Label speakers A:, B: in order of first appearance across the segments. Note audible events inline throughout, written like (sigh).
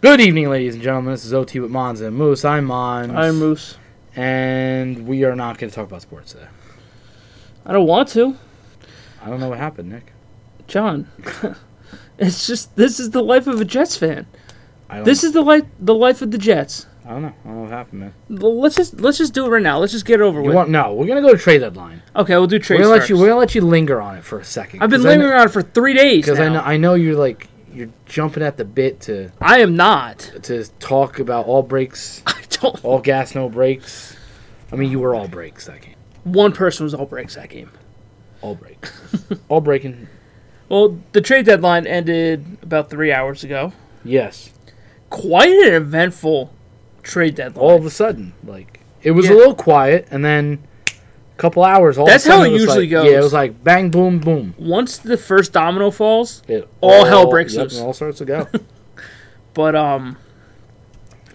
A: Good evening, ladies and gentlemen. This is OT with Mons and Moose. I'm Mons.
B: I'm Moose.
A: And we are not going to talk about sports today.
B: I don't want to.
A: I don't know what happened, Nick.
B: John. (laughs) it's just this is the life of a Jets fan.
A: I don't,
B: This is the life the life of the Jets.
A: I don't know. I don't know what happened, man.
B: L- Let's just let's just do it right now. Let's just get it over
A: You
B: with.
A: want, no, we're going to go to trade deadline.
B: okay, we'll do trades.
A: We're going to let
B: first.
A: you. We're going to let you linger on it for a second.
B: I've been lingering on it for three days.
A: because
B: Now.
A: I know I know you're like you're jumping at the bit to
B: I am not. (laughs)
A: to talk about all breaks,
B: I don't.
A: all gas, no breaks. I mean, you were all breaks that game.
B: One person was all breaks that game.
A: All
B: (laughs)
A: breaks, all breaking.
B: Well, the trade deadline ended about three hours ago.
A: Yes,
B: Quite an eventful trade deadline.
A: all of a sudden, like it was a
B: Yeah.
A: little quiet, and then a couple hours. All of a
B: That's how
A: sudden
B: it
A: was
B: usually
A: like-
B: goes.
A: Yeah, it was like bang, boom, boom.
B: Once the first domino falls,
A: It
B: All hell breaks
A: yep,
B: loose.
A: and all starts to
B: (laughs)
A: go.
B: But um,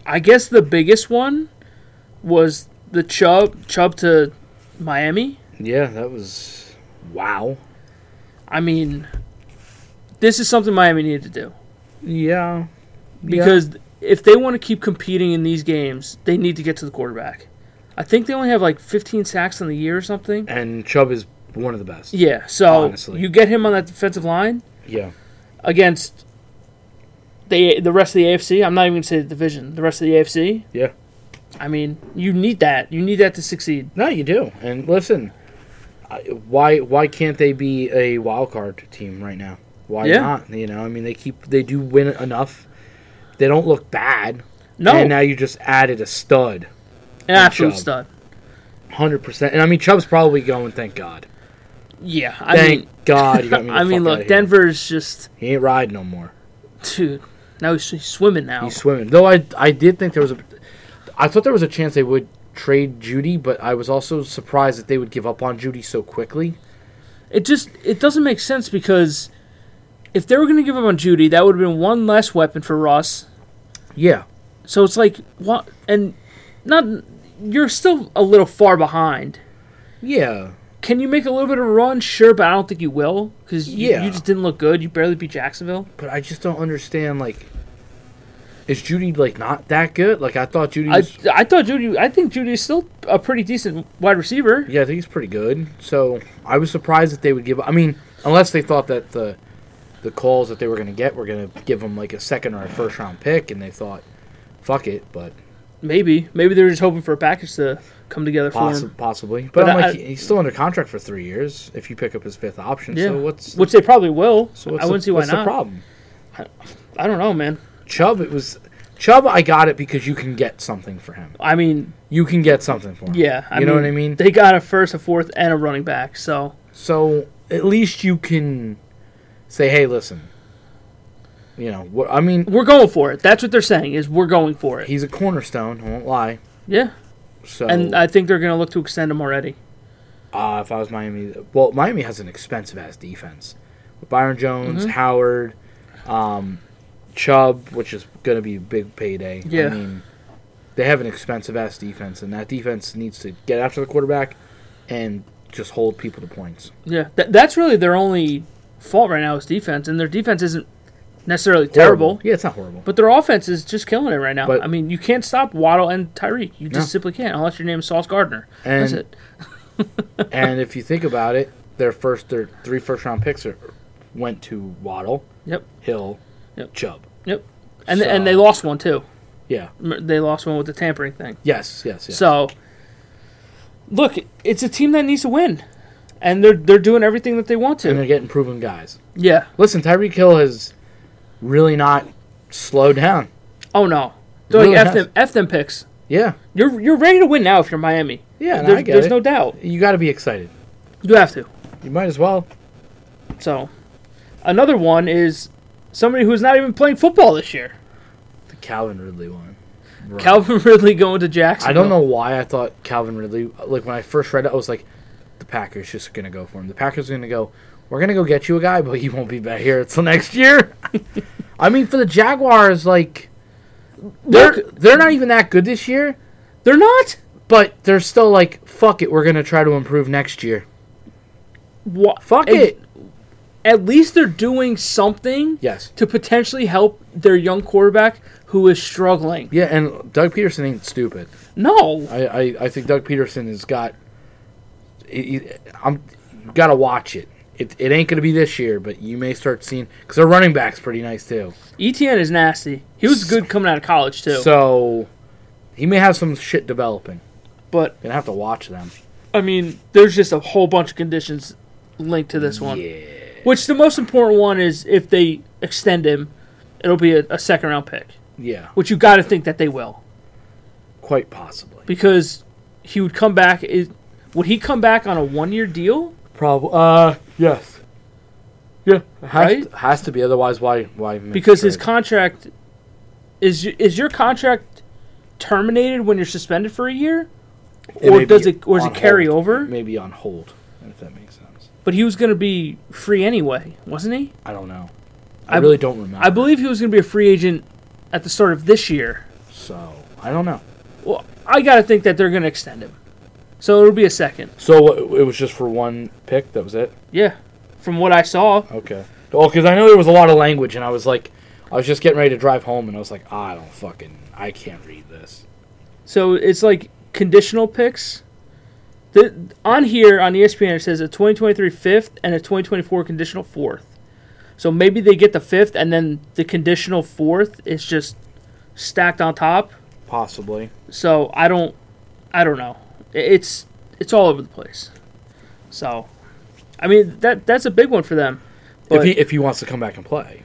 B: I guess the biggest one was the Chubb Chubb to Miami.
A: yeah, that was wow.
B: I mean, this is something Miami needed to do
A: Yeah,
B: because if they want to keep competing in these games, they need to get to the quarterback. I think they only have like 15 sacks on the year or something.
A: and Chubb is one of the best.
B: Yeah, so
A: Honestly.
B: you get him on that defensive line
A: Yeah,
B: against the the rest of the AFC. I'm not even going to say the division. The rest of the AFC.
A: yeah.
B: I mean, you need that. You need that to succeed.
A: No, you do. And listen, I- why why can't they be a wild card team right now? Why
B: Yeah.
A: not? You know, I mean, they keep they do win enough. They don't look bad.
B: No,
A: And now you just added a stud,
B: An absolute
A: Chubb.
B: stud.
A: hundred percent. And I mean, Chubb's probably going. Thank God.
B: Yeah, I
A: Thank God you got
B: (laughs)
A: me.
B: mean,
A: the
B: I mean,
A: fuck
B: look,
A: outta here.
B: Denver's just
A: He ain't riding no more.
B: dude. Now he's, he's swimming now.
A: He's swimming. Though I I did think there was a, I thought there was a chance they would trade Judy, but I was also surprised that they would give up on Judy so quickly.
B: it just it doesn't make sense because if they were going to give up on Judy, that would have been one less weapon for Russ.
A: Yeah.
B: So it's like what and not you're still a little far behind.
A: Yeah.
B: Can you make a little bit of a run? Sure, but I don't think you will because you,
A: Yeah.
B: you just didn't look good. You barely beat Jacksonville.
A: But I just don't understand. Like, is Judy like not that good? Like I thought Judy.
B: I,
A: Was,
B: I thought Judy. I think Judy is still a pretty decent wide receiver.
A: yeah, I think he's pretty good. So I was surprised that they would give. I mean, unless they thought that the the calls that they were going to get were going to give him like a second or a first round pick, and they thought, fuck it, but
B: Maybe maybe they're just hoping for a package to come together for him.
A: possi- possibly. But,
B: But
A: I'm
B: I-
A: like, he's still under contract for three years. If you pick up his fifth option,
B: Yeah.
A: so what's
B: which they probably will.
A: so what's
B: I wouldn't
A: the,
B: see why
A: what's
B: not.
A: the problem?
B: I don't know, man.
A: Chubb, it was Chubb. I got it because you can get something for him.
B: I mean,
A: You can get something for him.
B: yeah. I
A: you know
B: mean,
A: what I mean.
B: They got a first, a fourth, and a running back. So
A: So at least you can say, "Hey, listen." You know what I mean.
B: we're going for it. That's what they're saying is we're going for it.
A: He's a cornerstone. I won't lie.
B: Yeah,
A: So,
B: and uh, I think they're going to look to extend him already.
A: uh, if I was Miami, well, Miami has an expensive ass defense. With Byron Jones,
B: Mm-hmm.
A: Howard, um, Chubb, which is going to be a big payday.
B: Yeah.
A: I mean, they have an expensive ass defense, and that defense needs to get after the quarterback and just hold people to points.
B: Yeah, Th- that's really their only fault right now is defense, and their defense isn't necessarily terrible,
A: Horrible. Yeah, it's not
B: (laughs)
A: horrible.
B: but their offense is just killing it right now.
A: But-
B: I mean, you can't stop Waddle and Tyreek. You just
A: No.
B: simply can't unless your name is Sauce Gardner. that's
A: And-
B: it.
A: and if you think about it, their first, their three first round picks are, went to Waddle,
B: Yep,
A: Hill,
B: Yep.
A: Chubb.
B: yep. And th-
A: So-
B: and they lost one too.
A: Yeah.
B: M- They lost one with the tampering thing.
A: Yes. Yes. yes.
B: So, look, it's a team that needs to win, and they're they're doing everything that they want
A: and
B: to.
A: they're getting proven guys.
B: Yeah.
A: Listen, Tyreek Hill has really not slowed down.
B: Oh no. They're
A: Really
B: like f
A: has-
B: them, f them picks.
A: Yeah.
B: You're you're ready to win now if you're Miami.
A: Yeah. and
B: there's
A: I get
B: there's
A: it.
B: no doubt.
A: You got to be excited.
B: You have to.
A: You might as well.
B: So, another one is somebody who's not even playing football this year.
A: The Calvin Ridley one. Right.
B: Calvin (laughs) Ridley going to Jackson.
A: I don't know why I thought Calvin Ridley. Like when I first read it, I was like, the Packers just gonna go for him. The Packers are gonna go. We're gonna go get you a guy, but he won't be back here until next year. (laughs) I mean, for the Jaguars, like they're
B: Look,
A: they're not even that good this year,
B: they're not.
A: but they're still like, fuck it, we're gonna try to improve next year.
B: What?
A: Fuck it.
B: At least they're doing something
A: Yes.
B: to potentially help their young quarterback who is struggling.
A: Yeah, and Doug Peterson ain't stupid.
B: No,
A: I, I, I think Doug Peterson has got. He, he- I'm gotta watch it. It, it ain't gonna be this year, but you may start seeing because their running back's pretty nice too.
B: ETN E is nasty. He was good coming out of college too.
A: So he may have some shit developing.
B: but
A: Gonna have to watch them.
B: I mean, there's just a whole bunch of conditions linked to this one.
A: Yeah.
B: Which the most important one is if they extend him, it'll be a, a second round pick.
A: Yeah.
B: Which you got to think that they will
A: Quite possibly.
B: because he would come back. Is would he come back on a one year deal?
A: Probably. Uh. Yes. Yeah. Has,
B: Right?
A: to, has to be. Otherwise, why? Why? make
B: Because his
A: trade?
B: contract is y- is your contract terminated when you're suspended for a year, or
A: may
B: does
A: be
B: it or does
A: on
B: it carry
A: hold.
B: over?
A: It may be on hold. If that makes sense.
B: But he was going to be free anyway, wasn't he?
A: I don't know. I,
B: I-
A: really don't remember.
B: I believe he was going to be a free agent at the start of this year.
A: so. I don't know.
B: Well, I got to think that they're going to extend him. So it'll be a second.
A: So it it was just for one pick. That was it.
B: Yeah. From what I saw,
A: Okay. Oh, because I know there was a lot of language, and I was like, I was just getting ready to drive home, and I was like, I don't fucking, I can't read this.
B: So it's like conditional picks. The, on here on E ESPN it says a 2023 fifth and a 2024 conditional fourth. So maybe they get the fifth and then the conditional fourth is just stacked on top.
A: Possibly.
B: So I don't, I don't know. I- It's it's all over the place. So, I mean that that's a big one for them.
A: if
B: But
A: he if he wants to come back and play.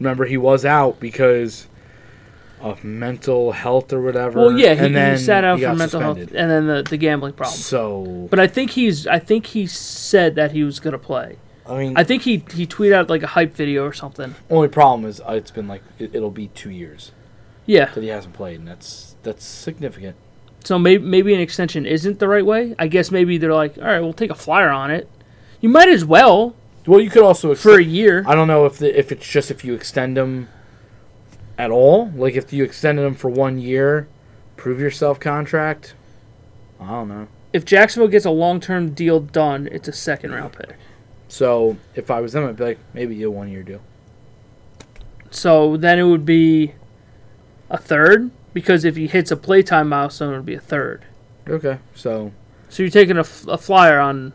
A: Remember, he was out because of mental health or whatever.
B: well, yeah, he,
A: and then
B: he sat out
A: he
B: for
A: got
B: mental
A: suspended.
B: health and then the, the gambling problem.
A: So
B: But I think he's I think he said that he was gonna play.
A: I mean,
B: I think he he tweeted out like a hype video or something.
A: only problem is uh, it's been like it, it'll be two years
B: Yeah.
A: that he hasn't played, and that's that's significant.
B: So maybe maybe an extension isn't the right way. I guess maybe they're like, all right, we'll take a flyer on it. You might as well
A: Well, you could also
B: for a
A: extend,
B: year.
A: I don't know if the, if it's just if you extend him at all, like if you extended him for one year, prove yourself contract. I don't know.
B: If Jacksonville gets a long term deal done, it's a second round pick.
A: So if I was them, I'd be like, maybe a one year deal.
B: So then it would be a third because if he hits a playtime milestone, it would be a third.
A: Okay, so
B: So you're taking a, f- a flyer on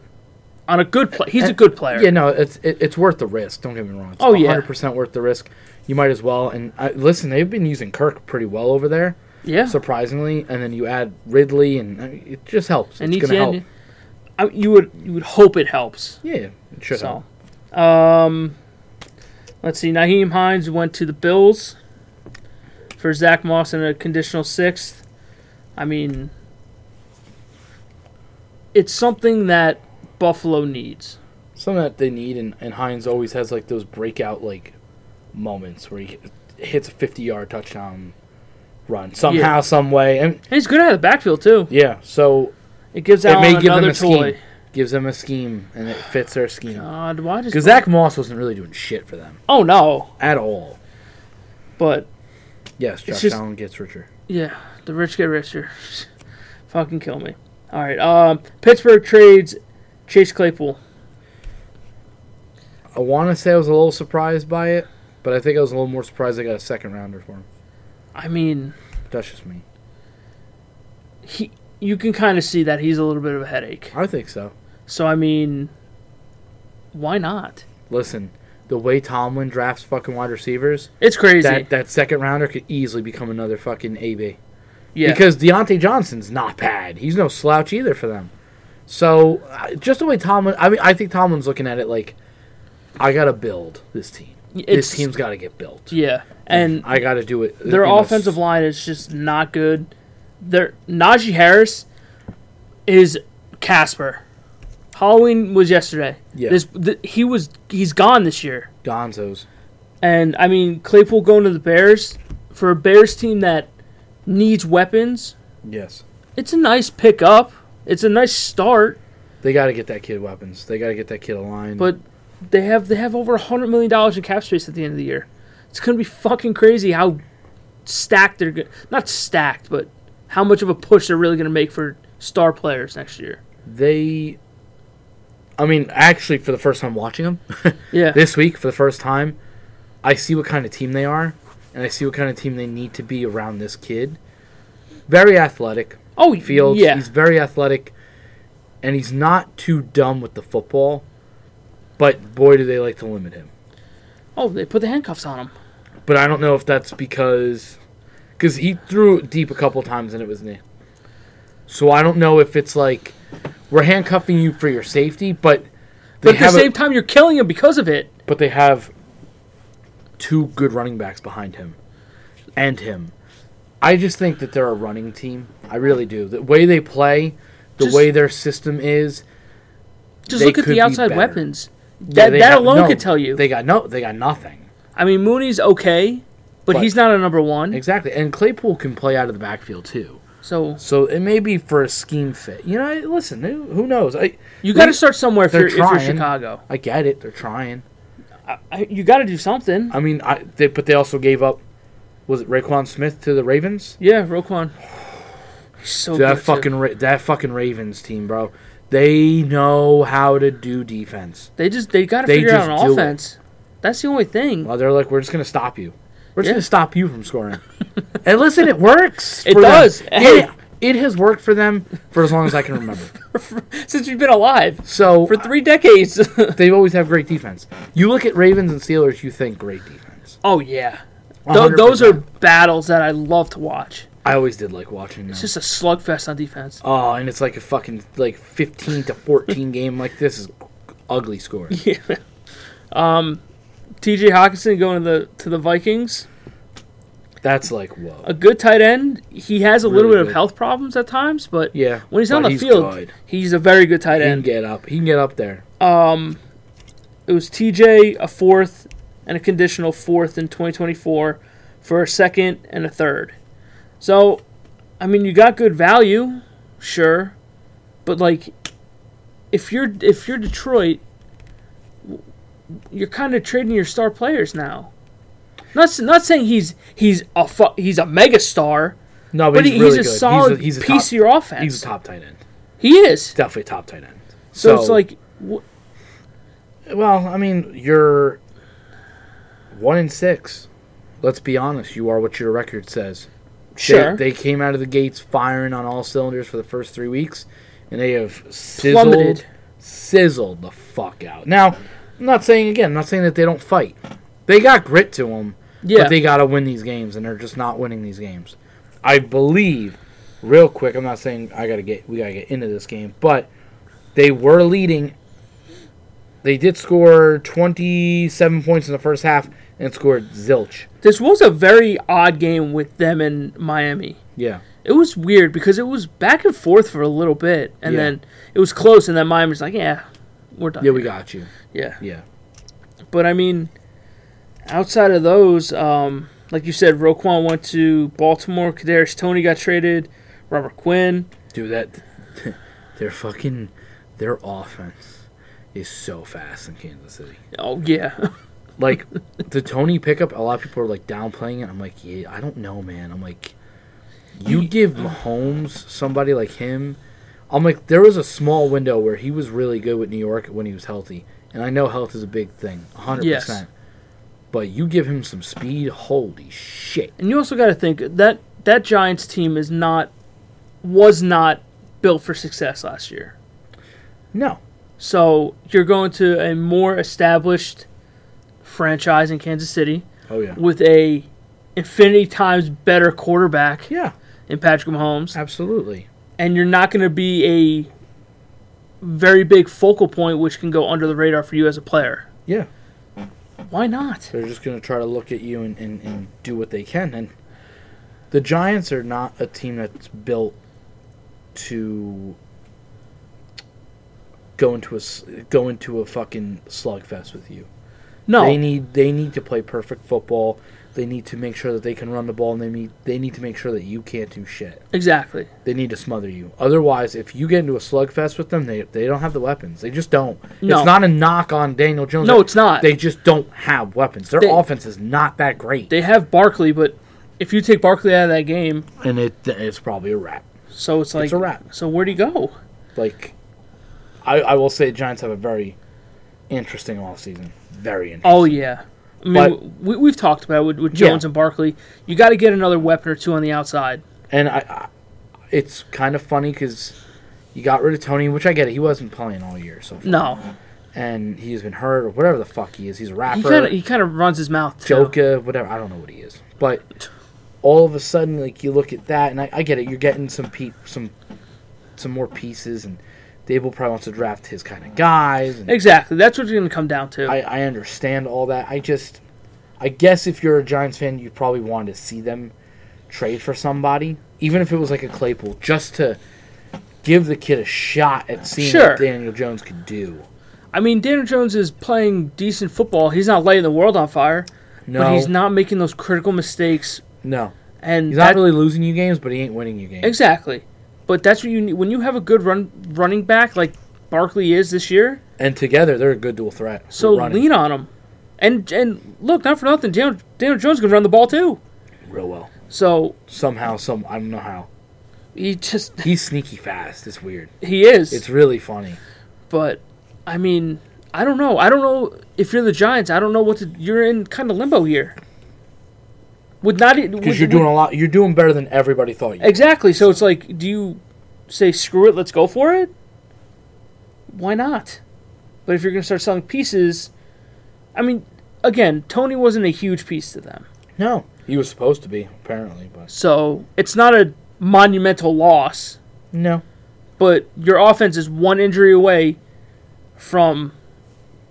B: on a good play. He's a
A: And-
B: good player.
A: Yeah, no, it's it, it's worth the risk. Don't get me wrong. It's
B: Oh, yeah.
A: 100% worth the risk. You might as well. And I, listen, they've been using Kirk pretty well over there,
B: yeah.
A: surprisingly. And then you add Ridley, and I mean, it just helps.
B: and E
A: it's going to help.
B: ETN, I, you would you would hope it helps.
A: Yeah, it should help.
B: So, um, let's see. Naheem Hines went to the Bills for Zach Moss in a conditional sixth. I mean, it's something that Buffalo needs.
A: Something that they need, and, and Hines always has like those breakout like moments where he hits a 50 yard touchdown run somehow, some way. And
B: And he's good out of the backfield too.
A: yeah, so
B: It gives
A: it
B: Allen
A: may give them
B: another
A: a scheme.
B: toy. Uh,
A: Gives them a scheme, and it fits their scheme.
B: God, why does
A: Because Zach Moss wasn't really doing shit for them
B: Oh no,
A: at all.
B: but
A: Yes, Josh
B: just-
A: Allen gets richer.
B: yeah, the rich get richer. (laughs) Fucking kill me. All right. Um, Pittsburgh trades Chase Claypool.
A: I want to say I was a little surprised by it, but I think I was a little more surprised I got a second rounder for him.
B: I mean.
A: That's just me.
B: he you can kind of see that he's a little bit of a headache.
A: I think so.
B: So I mean, why not?
A: Listen, the way Tomlin drafts fucking wide receivers,
B: It's crazy.
A: that, that second rounder could easily become another fucking AB.
B: yeah.
A: Because Deontay Johnson's not bad. He's no slouch either for them. So uh, just the way Tomlin, I mean, I think Tomlin's looking at it like, I gotta build this team.
B: It's-
A: this team's gotta get built.
B: yeah. And
A: I gotta do it.
B: their
A: in a s-
B: offensive line is just not good. Their Najee Harris is Casper. Halloween was yesterday.
A: Yeah.
B: This th- he was he's gone this year.
A: Gonzo's.
B: And I mean, Claypool going to the Bears for a Bears team that needs weapons.
A: Yes.
B: It's a nice pickup. It's a nice start.
A: They gotta get that kid weapons. They gotta get that kid a line.
B: But they have they have over hundred million dollars in cap space at the end of the year. It's gonna be fucking crazy how stacked they're go- not stacked, but how much of a push they're really gonna make for star players next year.
A: they i mean actually for the first time watching them
B: Yeah,
A: this week for the first time i see what kind of team they are and and I see what kind of team they need to be around this kid. Very athletic,
B: Oh, y-
A: Fields.
B: Yeah,
A: He's very athletic, and he's not too dumb with the football. But boy, do they like to limit him.
B: Oh, they put the handcuffs on him.
A: But I don't know if that's because because he threw it deep a couple times and it was knee. So I don't know if it's like we're handcuffing you for your safety, but they
B: But at the
A: have a-
B: same time, you're killing him because of it.
A: but they have two good running backs behind him and him. I just think that they're a running team. I really do. The way they play, the
B: Just-
A: way their system is,
B: Just
A: They
B: look at
A: could
B: the
A: be
B: outside
A: better.
B: weapons.
A: yeah,
B: That,
A: they
B: that
A: have-
B: alone
A: no,
B: could tell you.
A: They got no, they got nothing.
B: I mean, Mooney's okay, but,
A: But-
B: he's not a number one.
A: Exactly. And Claypool can play out of the backfield too.
B: So
A: So it may be for a scheme fit. You know, I- listen, who, who knows? I
B: you got to
A: They-
B: start somewhere if
A: they're
B: you're, if you're
A: trying.
B: Chicago.
A: I get it. They're trying.
B: I, I, you got to do something.
A: I mean, I they, but they also gave up. Was it Raquan Smith to the Ravens?
B: Yeah, Roquan. He's so
A: Dude,
B: good.
A: that
B: too.
A: fucking Ra- that fucking Ravens team, bro. They know how to do defense.
B: They just they got to
A: they
B: figure
A: just
B: out an
A: do it.
B: offense. That's the only thing. (laughs)
A: Well, they're like, we're just gonna stop you. We're just
B: Yeah.
A: gonna stop you from
B: (laughs)
A: scoring. and listen, it works.
B: It
A: for them.
B: does. Hey.
A: It, it has worked for them for as long as I can
B: (laughs)
A: remember.
B: Since we've been alive
A: So
B: for three decades. (laughs)
A: they always have great defense. You look at Ravens and Steelers, you think great defense.
B: oh yeah, Th- those are
A: 100%.
B: battles that I love to watch.
A: I always did like watching them.
B: It's just a slugfest on defense.
A: Oh, and it's like a fucking like fifteen to
B: (laughs)
A: fourteen game. Like this is ugly scoring.
B: T.J. Hawkinson going to the to the Vikings.
A: That's like whoa.
B: A good tight end. He has a little
A: Really
B: bit of
A: good.
B: health problems at times, but
A: Yeah,
B: when he's
A: but
B: on the field,
A: good.
B: he's a very good tight
A: he can
B: end.
A: get up. He can get up there.
B: It was T.J. a fourth and a conditional fourth in 2024 for a second and a third. So, I mean, you got good value, sure, but like, if you're if you're Detroit, w- you're kind of trading your star players now. Not s- not saying he's he's a fu- he's a mega star,
A: No, but,
B: but
A: he's,
B: he- he's,
A: really
B: a
A: good.
B: solid
A: he's a, he's a
B: piece
A: top,
B: of your offense.
A: He's a top tight end.
B: he is.
A: Definitely top tight end.
B: So, it's like, w-
A: well, I mean, you're one in six. Let's be honest. You are what your record says. They-
B: sure,
A: They, came out of the gates firing on all cylinders for the first three weeks, and they have sizzled,
B: Plummeted.
A: sizzled the fuck out. Now, I'm not saying again. I'm not saying that they don't fight. They got grit to them,
B: yeah.
A: but they got to win these games, and they're just not winning these games. I believe, real quick. I'm not saying I gotta get. We gotta get into this game, but they were leading. They did score 27 points in the first half and scored zilch.
B: This was a very odd game with them in Miami.
A: Yeah.
B: It was weird because it was back and forth for a little bit, and
A: Yeah.
B: then it was close, and then Miami was like, "Yeah, we're done."
A: Yeah, we
B: here."
A: got you.
B: Yeah,
A: Yeah.
B: but I mean, outside of those, um, like you said, Roquan went to Baltimore. Kadarius Tony got traded. Robert Quinn.
A: Dude, that (laughs) their fucking their offense is so fast in Kansas City.
B: Oh yeah, (laughs)
A: Like (laughs) the Tony pickup, a lot of people are like downplaying it. I'm like, yeah, I don't know, man. I'm like, you give Mahomes somebody like him. I'm like, there was a small window where he was really good with New York when he was healthy, and I know health is a big thing, 100.
B: Yes.
A: percent But you give him some speed, holy shit!
B: and you also got to think that that Giants team is not was not built for success last year.
A: No,
B: So you're going to a more established franchise in Kansas City
A: oh yeah,
B: with a infinity times better quarterback
A: yeah,
B: in Patrick Mahomes,
A: absolutely.
B: and you're not going to be a very big focal point, which can go under the radar for you as a player.
A: Yeah,
B: Why not?
A: They're just going to try to look at you and, and, and do what they can. And the Giants are not a team that's built to go into a s- go into a fucking slugfest with you.
B: No,
A: They need they need to play perfect football. They need to make sure that they can run the ball, and they need they need to make sure that you can't do shit.
B: exactly.
A: They need to smother you. Otherwise, if you get into a slugfest with them, they they don't have the weapons. They just don't.
B: No.
A: It's not a knock on Daniel Jones.
B: No, it's not.
A: They just don't have weapons. Their
B: They-
A: offense is not that great,
B: They have Barkley, but if you take Barkley out of that game,
A: and it it's probably a wrap.
B: so it's like
A: a wrap.
B: So where do you go?
A: Like, I I will say, Giants have a very interesting offseason. Very interesting.
B: Oh yeah, I mean,
A: But-
B: we, we've talked about it with, with
A: Yeah.
B: Jones and Barkley. You got to get another weapon or two on the outside.
A: And I, I it's kind of funny because you got rid of Tony, which I get it. He wasn't playing all year, so far.
B: No,
A: and he's been hurt or whatever the fuck he is. He's a
B: he kind
A: rapper,
B: of he kind of runs his mouth. Too.
A: joker, whatever. I don't know what he is, but all of a sudden, like you look at that, and I, I get it. You're getting some pe- some some more pieces, and Dable probably wants to draft his kind of guys. And
B: Exactly. That's what it's going to come down to.
A: I, I understand all that. I just, I guess if you're a Giants fan, you probably want to see them trade for somebody, even if it was like a Claypool, just to give the kid a shot at seeing
B: Sure.
A: what Daniel Jones could do.
B: I mean, Daniel Jones is playing decent football. He's not lighting the world on fire,
A: No,
B: but he's not making those critical mistakes.
A: No,
B: And
A: he's not
B: that,
A: really losing you games, but he ain't winning you games.
B: exactly. But that's what you need when you have a good run running back like Barkley is this year.
A: and together, they're a good dual threat. for
B: So
A: running
B: lean on him. And and look, not for nothing, Daniel, Daniel Jones can run the ball too.
A: real well.
B: So
A: Somehow, some I don't know how.
B: he just
A: He's sneaky fast. It's weird.
B: he is.
A: It's really funny.
B: but I mean, I don't know. I don't know if you're the Giants. I don't know what to, you're in kind of limbo here. With not e,
A: Because you're doing a lot. You're doing better than everybody thought you.
B: Exactly. So it's like, do you say screw it, let's go for it? Why not? But if you're going to start selling pieces, I mean, again, Tony wasn't a huge piece to them,
A: No, he was supposed to be apparently, but
B: so it's not a monumental loss.
A: no.
B: But your offense is one injury away from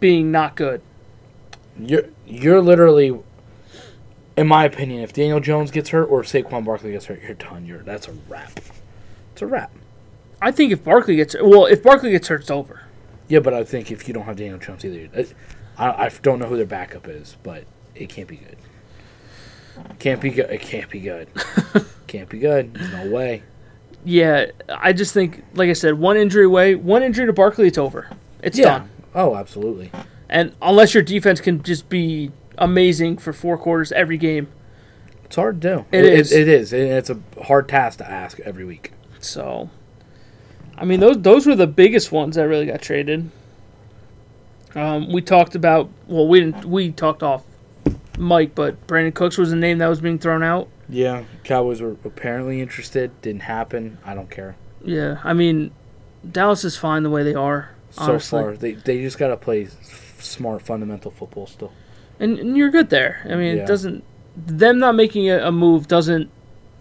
B: being not good.
A: You're you're literally, in my opinion, if Daniel Jones gets hurt or Saquon Barkley gets hurt, you're done. You're that's a wrap. It's a wrap.
B: I think if Barkley gets well, if Barkley gets hurt, it's over.
A: Yeah, but I think if you don't have Daniel Jones either, it- I, I don't know who their backup is, but it can't be good. Can't be good. It can't be (laughs) good. can't be good. There's no way.
B: Yeah, I just think, like I said, one injury away, one injury to Barkley, it's over. It's done.
A: Oh, absolutely.
B: And unless your defense can just be amazing for four quarters every game.
A: It's hard to do.
B: It is.
A: It, it is. And it's a hard task to ask every week.
B: So I mean those those were the biggest ones that really got traded. Um, we talked about well we didn't we talked off Mike, but Brandon Cooks was a name that was being thrown out.
A: Yeah. Cowboys were apparently interested. Didn't happen. I don't care.
B: Yeah, I mean Dallas is fine the way they are.
A: So
B: Honestly.
A: far, they they just gotta play s- smart, fundamental football still.
B: And, and you're good there. I mean,
A: Yeah.
B: it doesn't them not making a, a move doesn't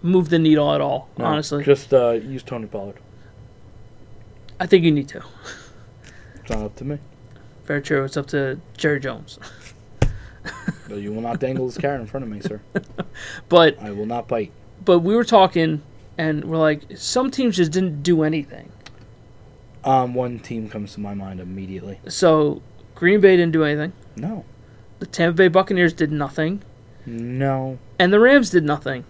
B: move the needle at all,
A: No,
B: honestly.
A: just uh, use Tony Pollard.
B: I think you need to.
A: It's not up to me.
B: Very true. It's up to Jerry Jones.
A: No, You will not dangle this carrot in front of me, sir.
B: But
A: I will not bite.
B: but we were talking and we're like some teams just didn't do anything
A: Um, one team comes to my mind immediately.
B: so green bay didn't do anything
A: No,
B: the tampa bay buccaneers did nothing
A: no.
B: and the rams did nothing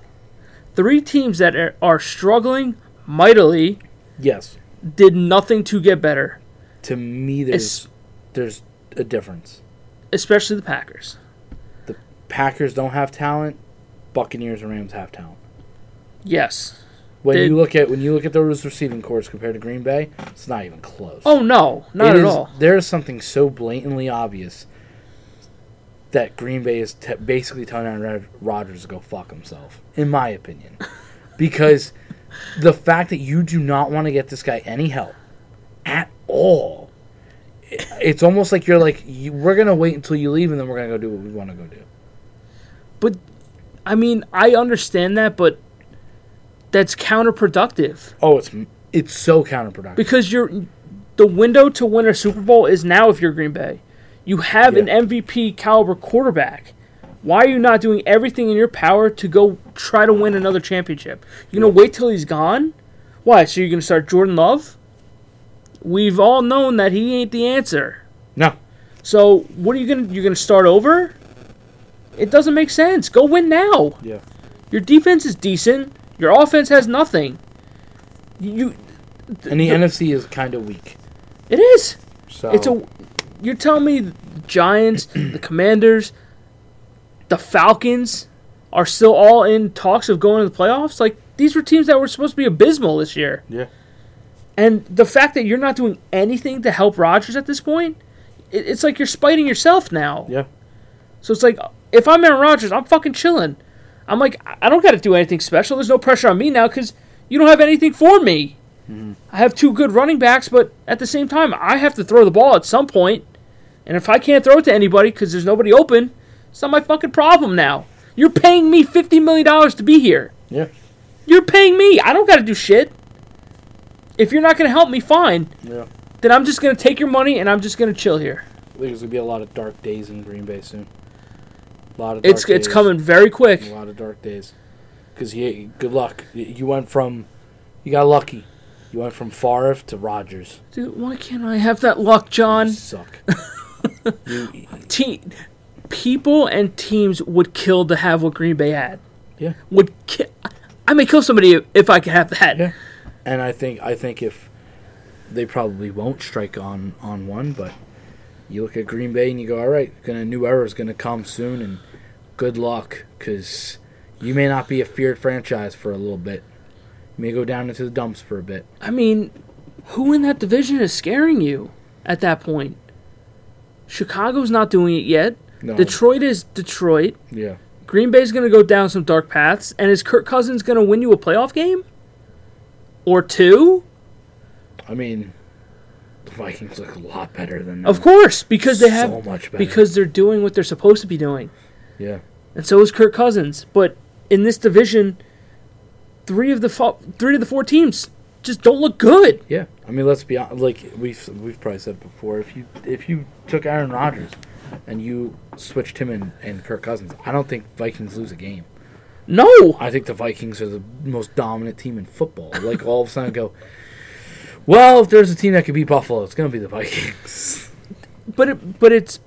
B: three teams that are, are struggling mightily
A: Yes,
B: did nothing to get better
A: to me, there's
B: es-
A: there's a difference.
B: especially the packers
A: Packers don't have talent. Buccaneers and Rams have talent.
B: yes
A: When
B: They-
A: you look at when you look at those receiving cores compared to Green Bay, it's not even close.
B: oh no not
A: It
B: at
A: is-
B: all
A: There is something so blatantly obvious that Green Bay is te- basically telling Aaron Rod- Rodgers to go fuck himself, in my
B: (laughs)
A: opinion, because the fact that you do not want to get this guy any help at all, i- it's almost like you're like you, we're gonna wait until you leave and then we're gonna go do what we want to go do.
B: but i mean i understand that but that's counterproductive
A: Oh, it's m- it's so counterproductive.
B: because you're the window to win a Super Bowl is now if you're Green Bay. You have
A: Yeah.
B: an MVP caliber quarterback. Why are you not doing everything in your power to go try to win another championship? You're gonna wait till he's gone? Why? So you're gonna start Jordan Love? We've all known that he ain't the answer.
A: No,
B: So what are you gonna you're gonna start over? It doesn't make sense. Go win now.
A: yeah,
B: Your defense is decent. Your offense has nothing. You
A: and the NFC is kind of weak.
B: it is.
A: So
B: It's a. You're telling me the Giants, the Commanders, the Falcons are still all in talks of going to the playoffs? Like these were teams that were supposed to be abysmal this year,
A: yeah.
B: and the fact that you're not doing anything to help Rodgers at this point, it, it's like you're spiting yourself now.
A: Yeah.
B: So it's like if I'm Aaron Rodgers, I'm fucking chilling. I'm like I- I don't got to do anything special. There's no pressure on me now because you don't have anything for me.
A: Mm-hmm.
B: I have two good running backs, but at the same time, I have to throw the ball at some point. And if I can't throw it to anybody because there's nobody open, it's not my fucking problem now. You're paying me fifty million dollars to be here.
A: Yeah.
B: You're paying me. I don't got to do shit. If you're not gonna help me, fine.
A: Yeah.
B: Then I'm just gonna take your money and I'm just gonna chill here.
A: I think there's gonna be a lot of dark days in Green Bay soon. A lot of dark
B: It's it's
A: days.
B: coming very quick.
A: A lot of dark days. Because you, good luck. You- You went from, you got lucky. You went from Favre to Rodgers.
B: Dude, why can't I have that luck,
A: You
B: John? (laughs)
A: suck. You-
B: Te- people and teams would kill to have what Green Bay had.
A: yeah.
B: Would ki- I may kill somebody if, if I could have that.
A: Yeah. And I think I think if they probably won't strike on on one, but you look at Green Bay and you go, all right, gonna new era is gonna come soon, and good luck because you may not be a feared franchise for a little bit. You may go down into the dumps for a bit.
B: I mean, who in that division is scaring you at that point? Chicago's not doing it yet.
A: No.
B: Detroit is Detroit.
A: Yeah.
B: Green Bay's going to go down some dark paths, and is Kirk Cousins going to win you a playoff game or two?
A: I mean, the Vikings look a lot better than
B: Of
A: them.
B: course, because they
A: So
B: have
A: much better.
B: because they're doing what they're supposed to be doing.
A: Yeah.
B: and so is Kirk Cousins. But in this division, three of the fo- three of the four teams just don't look good.
A: Yeah, I mean, let's be honest. Like we've we've probably said before, if you if you took Aaron Rodgers and you switched him and, and Kirk Cousins, I don't think Vikings lose a game.
B: No,
A: I think the Vikings are the most dominant team in football. Like all of a sudden, go. Well, if there's a team that could beat Buffalo, it's gonna be the Vikings. (laughs)
B: but it, but it's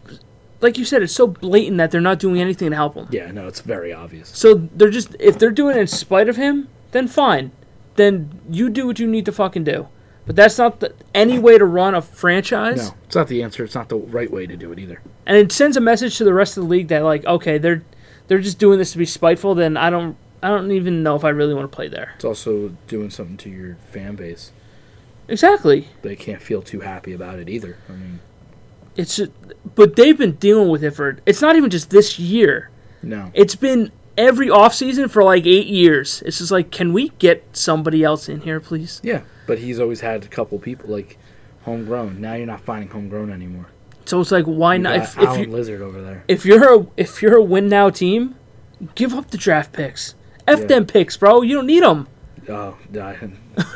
B: like you said, it's so blatant that they're not doing anything to help him.
A: yeah, no, it's very obvious.
B: So they're just if they're doing it in spite of him, then fine. Then you do what you need to fucking do. But that's not the, any way to run a franchise.
A: No, it's not the answer. It's not the right way to do it either.
B: and it sends a message to the rest of the league that like okay they're they're just doing this to be spiteful then i don't i don't even know if i really want to play there
A: It's also doing something to your fan base.
B: exactly
A: They can't feel too happy about it either. I mean,
B: it's just, but they've been dealing with it for it's not even just this year
A: no.
B: it's been every offseason for like eight years it's just like can we get somebody else in here please
A: Yeah, but he's always had a couple people like homegrown. Now you're not finding homegrown anymore.
B: so it's like why
A: You
B: not
A: got
B: if, if,
A: Alan
B: you,
A: Lizard over there.
B: if you're a if you're a win now team give up the draft picks f
A: Yeah.
B: them picks bro you don't need them
A: Oh, (laughs) I-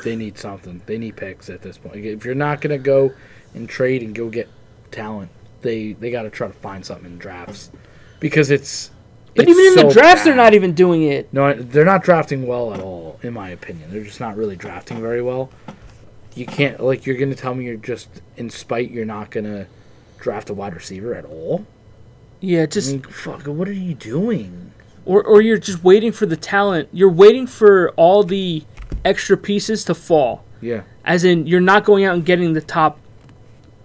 A: they need something. They need picks at this point. If you're not gonna go and trade and go get talent, they they got to try to find something in drafts because it's.
B: but
A: it's
B: even in
A: so
B: the drafts they're
A: bad.
B: not even doing it
A: No, I- they're not drafting well at all, in my opinion. They're just not really drafting very well. You can't like you're gonna tell me you're just in spite you're not gonna draft a wide receiver at all.
B: yeah
A: I
B: just
A: mean, fuck, what are you doing?
B: or or you're just waiting for the talent. You're waiting for all the extra pieces to fall.
A: Yeah.
B: As in, you're not going out and getting the top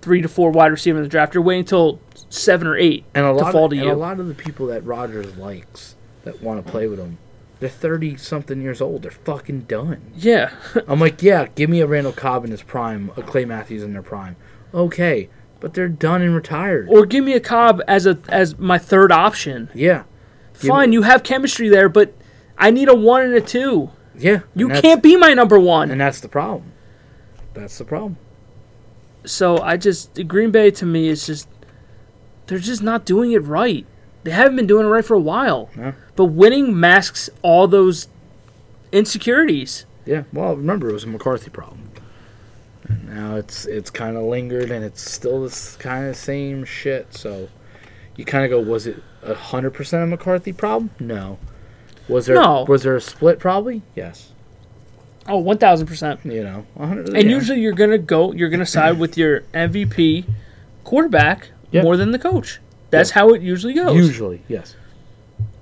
B: three to four wide receiver in the draft. You're waiting until seven or eight
A: and a
B: to
A: lot
B: fall
A: of,
B: to
A: and
B: you.
A: a lot of the people that Rogers likes that want to play with him, they're thirty something years old. They're fucking done.
B: yeah, (laughs)
A: I'm like, yeah, give me a Randall Cobb in his prime, a Clay Matthews in their prime, okay, but they're done and retired.
B: or give me a Cobb as a as my third option.
A: yeah, me-
B: Fine, you have chemistry there, but I need a one and a two.
A: yeah.
B: You
A: and that's-
B: can't be my number one.
A: and that's the problem. That's the problem.
B: So I just Green Bay to me is just they're just not doing it right. They haven't been doing it right for a while.
A: No.
B: But winning masks all those insecurities.
A: Yeah. Well, remember it was a McCarthy problem. And now it's it's kind of lingered and it's still this kind of same shit. So you kind of go, was it a hundred percent a McCarthy problem? No. Was there
B: No.
A: was there a split? Probably yes.
B: Oh, one thousand percent.
A: You know, a hundred.
B: And
A: yeah.
B: usually you're gonna go you're gonna side with your MVP quarterback
A: Yeah.
B: more than the coach. That's how it usually goes.
A: usually yes.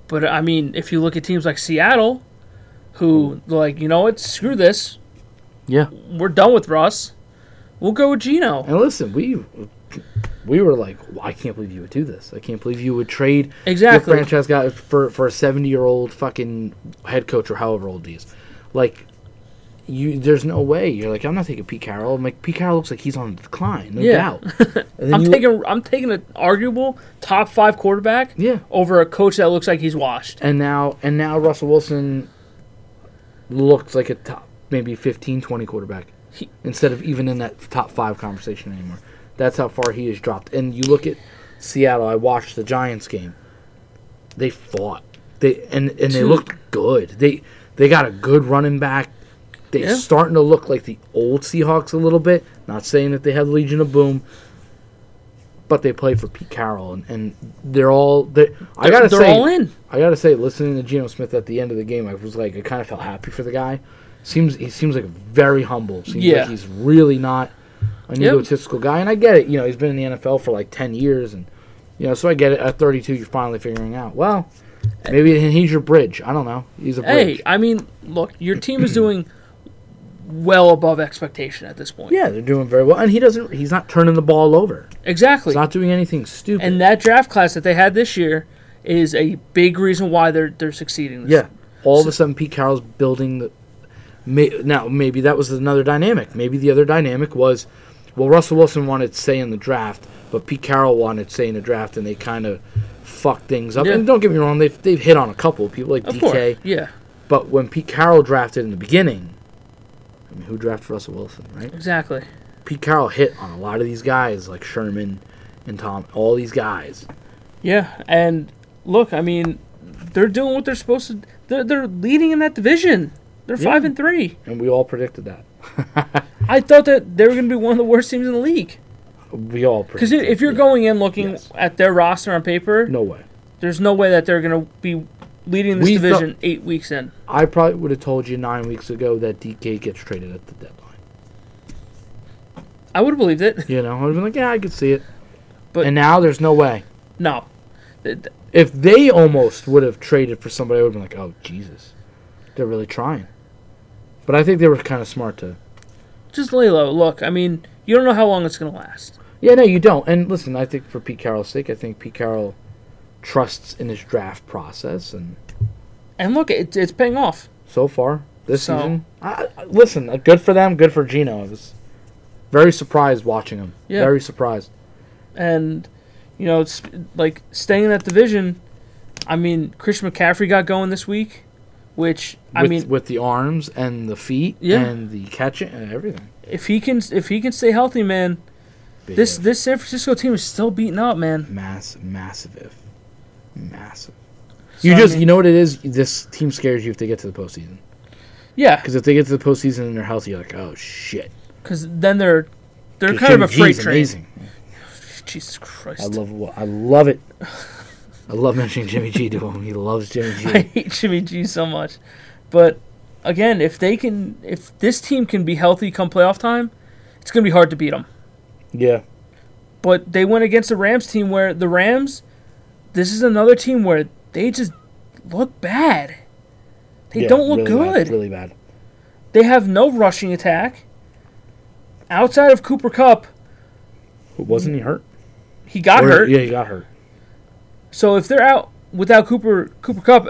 B: But I mean, if you look at teams like Seattle, who like, you know what, screw this.
A: Yeah.
B: We're done with Russ. We'll go with Gino.
A: And listen, we we were like, well, I can't believe you would do this. I can't believe you would trade
B: Exactly.
A: your franchise guy for for a seventy year old fucking head coach or however old he is. Like you there's no way. You're like, I'm not taking Pete Carroll. I'm like, Pete Carroll looks like he's on the decline, no
B: Yeah. (laughs)
A: doubt. And then
B: I'm
A: you-
B: taking I'm taking an arguable top five quarterback
A: Yeah.
B: over a coach that looks like he's washed.
A: And now and now Russell Wilson looks like a top maybe 15, 20 quarterback
B: He-
A: instead of even in that top 5 conversation anymore. That's how far he has dropped. And you look at Seattle, I watched the Giants game. They fought. They and and they
B: Dude.
A: looked good. They they got a good running back. They're
B: Yeah.
A: starting to look like the old Seahawks a little bit. Not saying that they have Legion of Boom, but they play for Pete Carroll, and, and they're all. They're, I gotta
B: they're
A: say,
B: all in.
A: I gotta say, listening to Geno Smith at the end of the game, I was like, I kind of felt happy for the guy. Seems he seems like very humble. Seems
B: Yeah.
A: like he's really not an
B: Yep.
A: egotistical guy, and I get it. You know, he's been in the NFL for like ten years, and you know, so I get it. At thirty-two, you're finally figuring out. Well, maybe he's your bridge. I don't know. He's a bridge.
B: Hey, I mean, look, your team is doing well above expectation at this point.
A: Yeah, they're doing very well, and he doesn't. He's not turning the ball over.
B: exactly.
A: He's not doing anything stupid.
B: And that draft class that they had this year is a big reason why they're they're succeeding. This
A: Yeah. All of a sudden, Pete Carroll's building the. May, now, maybe that was another dynamic. Maybe the other dynamic was, well, Russell Wilson wanted to say in the draft, but Pete Carroll wanted to say in the draft, and they kind of fucked things up.
B: Yeah.
A: And don't get me wrong, they've, they've hit on a couple of people like
B: Of course.
A: DK.
B: Yeah.
A: But when Pete Carroll drafted in the beginning, I mean, who drafted Russell Wilson, right?
B: Exactly.
A: Pete Carroll hit on a lot of these guys, like Sherman and Tom, all these guys.
B: Yeah. And look, I mean, they're doing what they're supposed to. They're, they're leading in that division. They're five and three.
A: And we all predicted that.
B: I thought that they were going to be one of the worst teams in the league.
A: We all
B: Because
A: predicted
B: if you're
A: yeah.
B: going in looking
A: Yes.
B: at their roster on paper,
A: No way.
B: there's no way that they're going to be leading this
A: We thought-
B: division eight weeks in.
A: I probably would have told you nine weeks ago that DK gets traded at the deadline.
B: I would have believed it. (laughs)
A: You know, I'd have been like, yeah, I could see it.
B: But-
A: and now there's no way.
B: No. Th- th-
A: If they almost would have traded for somebody, I would have been like, oh Jesus, they're really trying. But I think they were kind of smart to.
B: Just lay low. Look, I mean, you don't know how long it's going to last.
A: Yeah, no, you don't. And listen, I think for Pete Carroll's sake, I think Pete Carroll trusts in his draft process, and
B: And look, it, it's paying off.
A: so far this
B: So-
A: season, I, I- listen, uh, good for them, good for Gino. I was very surprised watching him.
B: Yeah.
A: Very surprised.
B: And, you know, it's like staying in that division. I mean, Christian McCaffrey got going this week, which, I
A: with,
B: mean,
A: with the arms and the feet
B: Yeah.
A: and the catching and everything.
B: if he can if he can stay healthy, man,
A: Big
B: this
A: if.
B: this San Francisco team is still beaten up, man.
A: mass massive if massive.
B: So,
A: You
B: I
A: just
B: mean-
A: you know what it is. This team scares you if they get to the postseason
B: Yeah,
A: because if they get to the postseason and they're healthy, you're like, oh shit.
B: because then they're they're
A: Because
B: kind of a
A: Jimmy
B: freight
A: G's
B: train.
A: Amazing.
B: Jesus Christ!
A: I love wa- I love it. I love mentioning Jimmy G to him. He loves Jimmy
B: (laughs) (laughs) I
A: G.
B: hate Jimmy G so much. But again, if they can, if this team can be healthy come playoff time, it's going to be hard to beat them.
A: yeah.
B: But they went against the Rams team where the Rams, this is another team where they just look bad. They
A: Yeah,
B: don't look
A: really bad,
B: good.
A: really bad.
B: They have no rushing attack. Outside of Cooper Cup,
A: Wasn't he hurt?
B: he got
A: Or-
B: hurt.
A: Yeah, he got hurt.
B: So if they're out without Cooper Cooper Cup,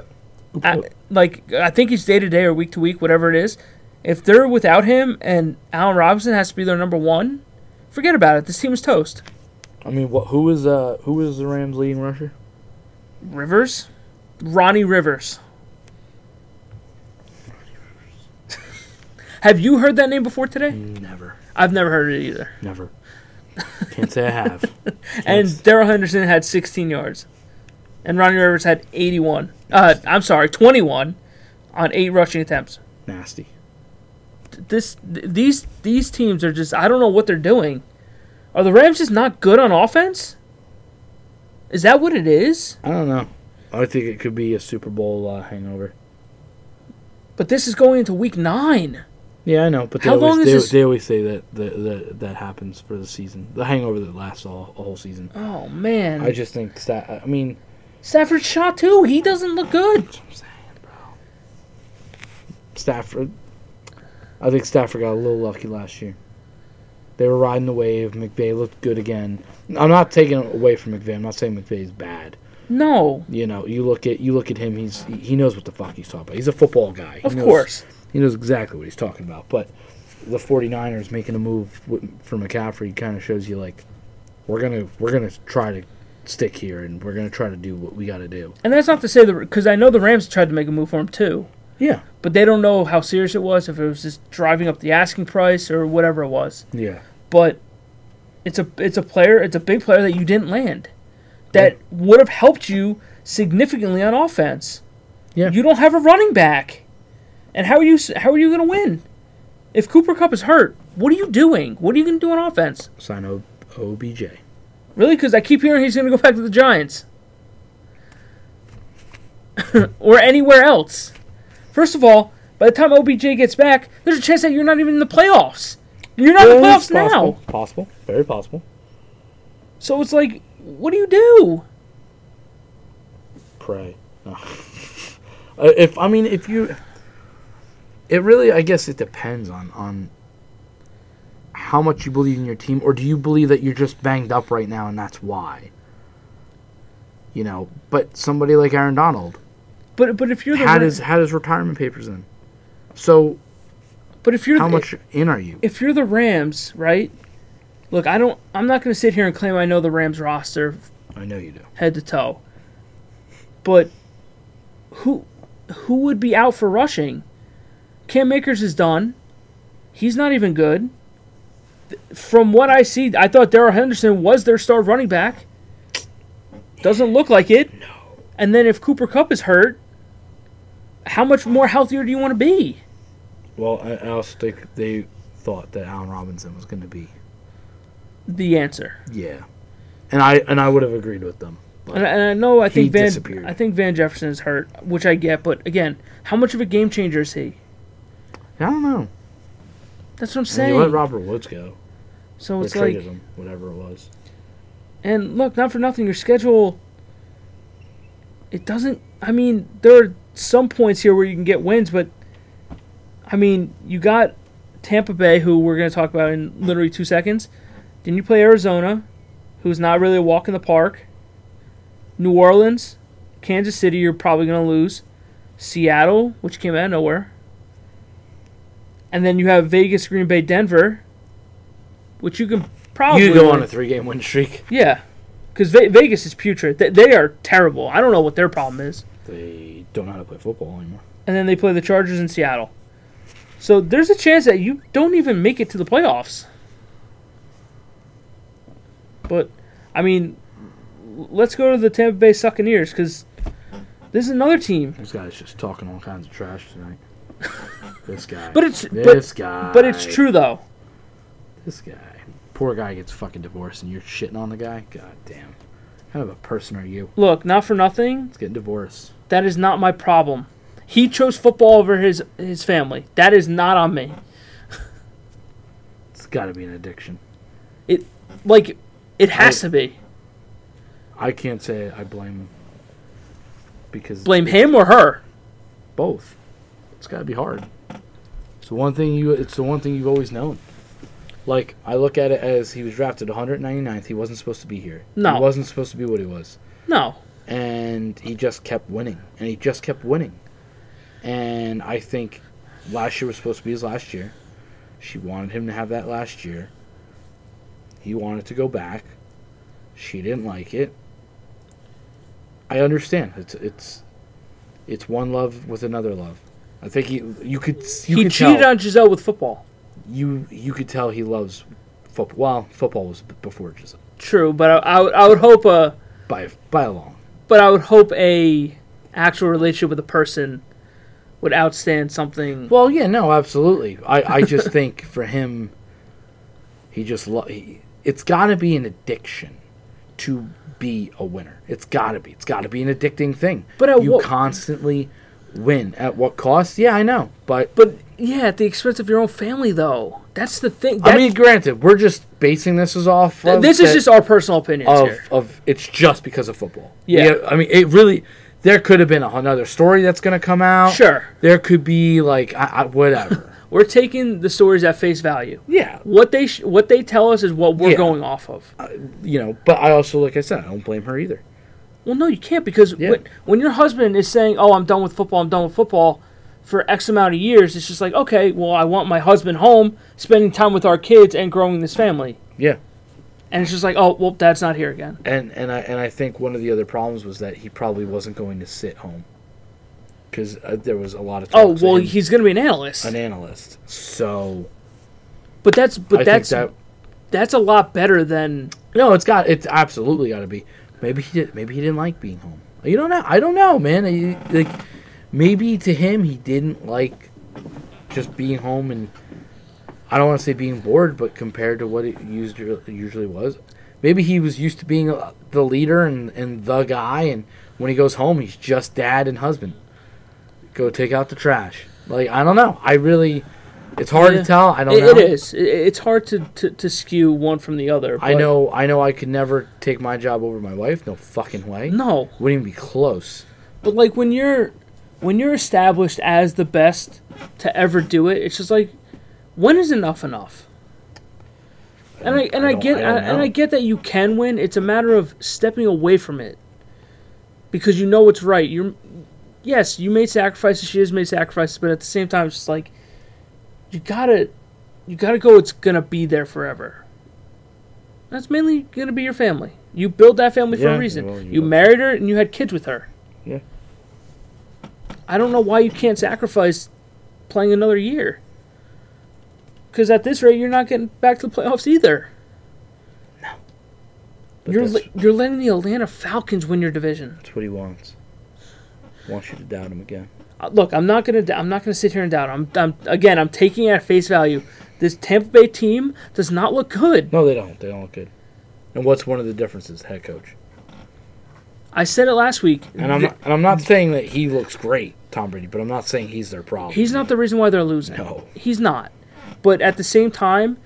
B: I,
A: Cup.
B: like I think he's day to day or week to week, whatever it is. If they're without him and Allen Robinson has to be their number one, forget about it. This team is toast.
A: I mean, what? Who was uh? Who was the Rams' leading rusher?
B: Rivers, Ronnie (laughs) Rivers. have you heard that name before today?
A: Never.
B: I've never heard it either.
A: Never. (laughs) Can't say I have.
B: (laughs) And
A: Yes.
B: Daryl Henderson had 16 yards, and Ronnie Rivers had 81. Uh, I'm sorry, 21 on eight rushing attempts.
A: Nasty.
B: this th- these these teams are just I don't know what they're doing. Are the Rams just not good on offense? Is that what it is?
A: I don't know. I think it could be a Super Bowl uh, hangover.
B: But this is going into week nine.
A: Yeah, I know, but they
B: How
A: always
B: long is
A: they,
B: this-
A: they always say that, that that that happens for the season, the hangover that lasts all a whole season.
B: Oh man,
A: I just think that I mean,
B: Stafford shot too. He doesn't look good.
A: that's what I'm saying, bro. Stafford, I think Stafford got a little lucky last year. They were riding the wave. McVay looked good again. I'm not taking it away from McVay. I'm not saying McVay's bad.
B: No,
A: You know, you look at you look at him. He's he knows what the fuck he's talking about. He's a football guy. He
B: of
A: knows-
B: course.
A: He knows exactly what he's talking about. But the 49ers making a move wi- for McCaffrey kind of shows you like we're gonna we're gonna try to stick here and we're gonna try to do what we got to do.
B: And that's not to say that because I know the Rams tried to make a move for him too,
A: Yeah,
B: but they don't know how serious it was. If it was just driving up the asking price or whatever it was,
A: yeah.
B: but it's a it's a player, it's a big player that you didn't land, that would have helped you significantly on offense.
A: Yeah.
B: you don't have a running back, and how are you s- how are you going to win if Cooper Cup is hurt? What are you doing? What are you going to do on offense?
A: Sign o- OBJ.
B: Really? Because I keep hearing he's going to go back to the Giants (laughs) or anywhere else. First of all, by the time OBJ gets back, there's a chance that you're not even in the playoffs. You're not in the playoffs now.
A: Possible. Possible. Very possible.
B: So it's like, what do you do?
A: Pray. No. (laughs) Uh, if I mean if you, it really I guess it depends on on how much you believe in your team, or do you believe that you're just banged up right now and that's why. You know, but somebody like Aaron Donald
B: But but if you're the
A: had
B: Ra-
A: his had his retirement papers in. So
B: but if you're
A: how
B: the,
A: much in are you?
B: if you're the Rams, right? Look, I don't. I'm not going to sit here and claim I know the Rams roster
A: I know you do.
B: head to toe. But who who would be out for rushing? Cam Akers is done. He's not even good. Th- From what I see, I thought Daryl Henderson was their star running back. Doesn't look like it. No. And then if Cooper Cup is hurt, how much more healthier do you want to be?
A: Well, I, I also think they thought that Allen Robinson was going to be
B: The answer.
A: yeah, and I and I would have agreed with them.
B: And I, and I know I think
A: disappeared.
B: Van I think Van Jefferson is hurt, which I get, but again, how much of a game changer is he?
A: I don't know.
B: That's what I'm
A: And
B: saying.
A: you let Robert Woods go.
B: so
A: Or
B: it's like
A: traded him, whatever it was.
B: And look, not for nothing, your schedule. It doesn't. I mean, there are some points here where you can get wins, but I mean, you got Tampa Bay, who we're going to talk about in literally two seconds. Then you play Arizona, who's not really a walk in the park. New Orleans, Kansas City, you're probably going to lose. Seattle, which came out of nowhere. And then you have Vegas, Green Bay, Denver, which you can probably
A: You go on
B: win.
A: a three-game win streak.
B: Yeah, because Ve- Vegas is putrid. They, they are terrible. I don't know what their problem is.
A: They don't know how to play football anymore.
B: And then they play the Chargers in Seattle. So there's a chance that you don't even make it to the playoffs. But, I mean, l- let's go to the Tampa Bay Buccaneers because this is another team.
A: This guy's just talking all kinds of trash tonight. (laughs) this guy.
B: But it's but,
A: this guy.
B: but it's true though.
A: This guy. Poor guy gets fucking divorced, and you're shitting on the guy. God damn. Kind of a person are you?
B: Look, not for nothing,
A: He's getting divorced.
B: that is not my problem. He chose football over his his family. That is not on me.
A: It's got to be an addiction.
B: It like it has to be.
A: I can't say I blame him because
B: blame him or her.
A: both. It's got to be hard. It's the one thing you. It's the one thing you've always known. Like I look at it as he was drafted 199th. He wasn't supposed to be here.
B: No.
A: he wasn't supposed to be what he was,
B: No.
A: and he just kept winning, and he just kept winning, and I think last year was supposed to be his last year. She wanted him to have that last year. He wanted to go back. She didn't like it. I understand. It's it's it's one love with another love. I think he you could you
B: he
A: could
B: cheated
A: tell,
B: on Giselle with football.
A: you you could tell he loves football. Well, football was b- before Giselle
B: True, but I, I, would- I would hope a
A: by by a long.
B: but I would hope a actual relationship with a person would outstand something.
A: Well, yeah, no, absolutely. I I
B: (laughs)
A: just think for him, he just lo- he, it's got to be an addiction to be a winner. It's got to be. It's got to be an addicting thing.
B: But at
A: you
B: what-
A: constantly win at what cost? Yeah, I know, but
B: But yeah, at the expense of your own family, though. That's the thing.
A: I
B: That-
A: mean, granted, we're just basing this as off.
B: th-
A: of
B: this is
A: that-
B: just our personal opinions
A: of
B: here.
A: of it's just because of football.
B: Yeah.
A: I mean, it really. There could have been a- another story that's going to come out.
B: Sure,
A: There could be like I, I,
B: (laughs)
A: whatever.
B: we're taking the stories at face value.
A: yeah,
B: What they sh- what they tell us is what we're
A: Yeah.
B: going off of.
A: you know. But I also, like I said, I don't blame her either.
B: Well, no, you can't because
A: Yeah.
B: when, when your husband is saying, "Oh, I'm done with football. I'm done with football," for X amount of years, it's just like, okay, well, I want my husband home, spending time with our kids and growing this family.
A: Yeah.
B: And it's just like, oh, well, dad's not here again.
A: And and I and I think one of the other problems was that he probably wasn't going to sit home because uh, there was a lot of
B: Oh,
A: talks of
B: well,
A: him
B: he's going to be an analyst.
A: an analyst. So
B: But that's but
A: I
B: that's
A: think
B: that's a lot better than
A: that no, it's got it's absolutely got to be. Maybe he did. Maybe he didn't like being home. You don't know. I don't know, man. I- Like maybe to him he didn't like just being home and I don't want to say being bored, but compared to what it used usually was, maybe he was used to being uh, the leader and and the guy, and when he goes home, he's just dad and husband. Go take out the trash. Like I don't know. I really, it's hard
B: Yeah.
A: to tell. I don't.
B: It-
A: know.
B: it is. It, it's hard to, to, to skew one from the other.
A: I
B: but
A: know, I know, I could never take my job over my wife. No fucking way.
B: No,
A: Wouldn't even be close.
B: but like when you're when you're established as the best to ever do it, it's just like when is enough enough? And I and
A: I
B: I,
A: don't-
B: get
A: I don't
B: and I
A: know.
B: get that you can win. It's a matter of stepping away from it because you know what's right. You're yes, you made sacrifices. She has made sacrifices, but at the same time, it's just like you gotta you gotta go. It's gonna be there forever. That's mainly gonna be your family. You build that family for
A: Yeah,
B: a reason.
A: well, you
B: you
A: have-
B: married her and you had kids with her.
A: Yeah.
B: I don't know why you can't sacrifice playing another year. Because at this rate, you're not getting back to the playoffs either.
A: But
B: you're
A: that's,
B: le- you're letting the Atlanta Falcons win your division.
A: that's what he wants. Wants you to doubt him again.
B: Uh, Look, I'm not gonna d- I'm not gonna sit here and doubt. I'm, I'm again I'm taking it at face value. This Tampa Bay team does not look good.
A: No, they don't. They don't look good. And what's one of the differences? Head coach.
B: I said it last week.
A: And I'm
B: Th-
A: not, and I'm not saying that he looks great, Tom Brady, but I'm not saying he's their problem.
B: He's not the reason why they're losing.
A: No.
B: He's not. But at the same time,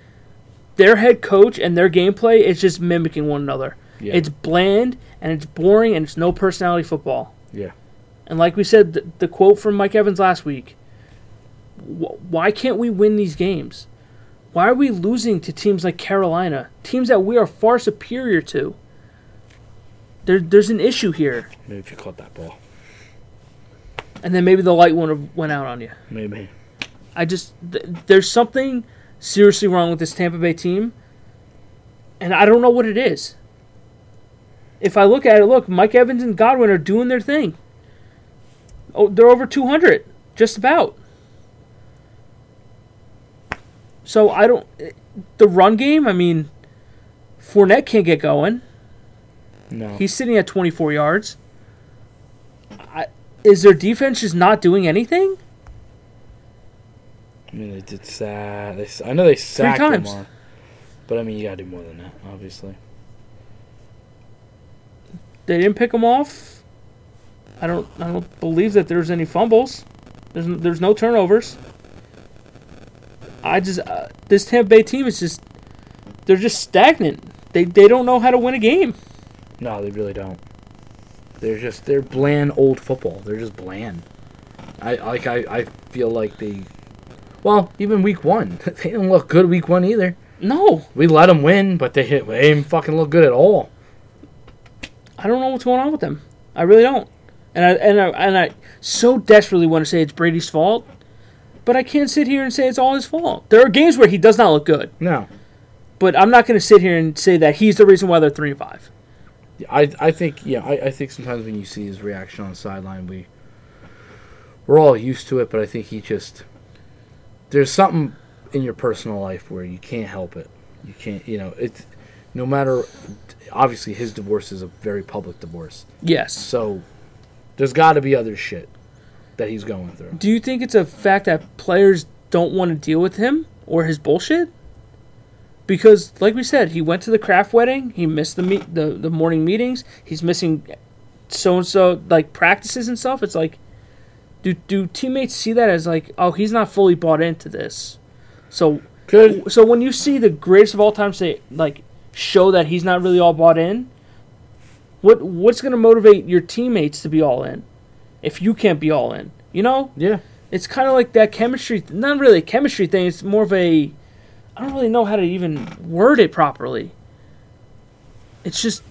B: their head coach and their gameplay is just mimicking one another.
A: Yeah.
B: It's bland and it's boring and it's no personality football.
A: Yeah.
B: And like we said, the, the quote from Mike Evans last week wh- why can't we win these games? Why are we losing to teams like Carolina? Teams that we are far superior to. There, there's an issue here.
A: Maybe if you caught that ball.
B: And then maybe the light would have went out on you.
A: Maybe.
B: I just th- there's something seriously wrong with this Tampa Bay team, and I don't know what it is. If I look at it, look, Mike Evans and Godwin are doing their thing. Oh, they're over 200, just about. So I don't. The run game, I mean, Fournette can't get going.
A: No.
B: He's sitting at 24 yards. I, is their defense just not doing anything?
A: I mean, they did sack. They, s- I know they sacked
B: times.
A: Lamar, but I mean, you gotta do more than that, obviously.
B: They didn't pick him off. I don't. I don't believe that there's any fumbles. There's n- there's no turnovers. I just uh, this Tampa Bay team is just they're just stagnant. They they don't know how to win a game.
A: No, they really don't. They're just they're bland old football. They're just bland. I like I, I feel like they well, even week 1, (laughs) they didn't look good week 1 either.
B: No,
A: We let them win, but they hit they didn't fucking look good at all.
B: I don't know what's going on with them. I really don't. And I and I and I so desperately want to say it's Brady's fault, but I can't sit here and say it's all his fault. There are games where he does not look good,
A: No.
B: but I'm not going to sit here and say that he's the reason why they're three and five.
A: I I think yeah, I, I think sometimes when you see his reaction on the sideline, we we're all used to it, but I think he just there's something in your personal life where you can't help it. You can't, you know, it's no matter obviously his divorce is a very public divorce.
B: Yes.
A: So there's got to be other shit that he's going through.
B: Do you think it's a fact that players don't want to deal with him or his bullshit? Because, like we said, he went to the craft wedding. He missed the meet, the, the morning meetings. He's missing so and so like practices and stuff. It's like, do do teammates see that as like, oh, he's not fully bought into this? So
A: Could
B: so when you see the greatest of all time say like show that he's not really all bought in, what what's gonna motivate your teammates to be all in if you can't be all in? You know,
A: yeah,
B: it's kind of like that chemistry not really a chemistry thing it's more of a i don't really know how to even word it properly it's just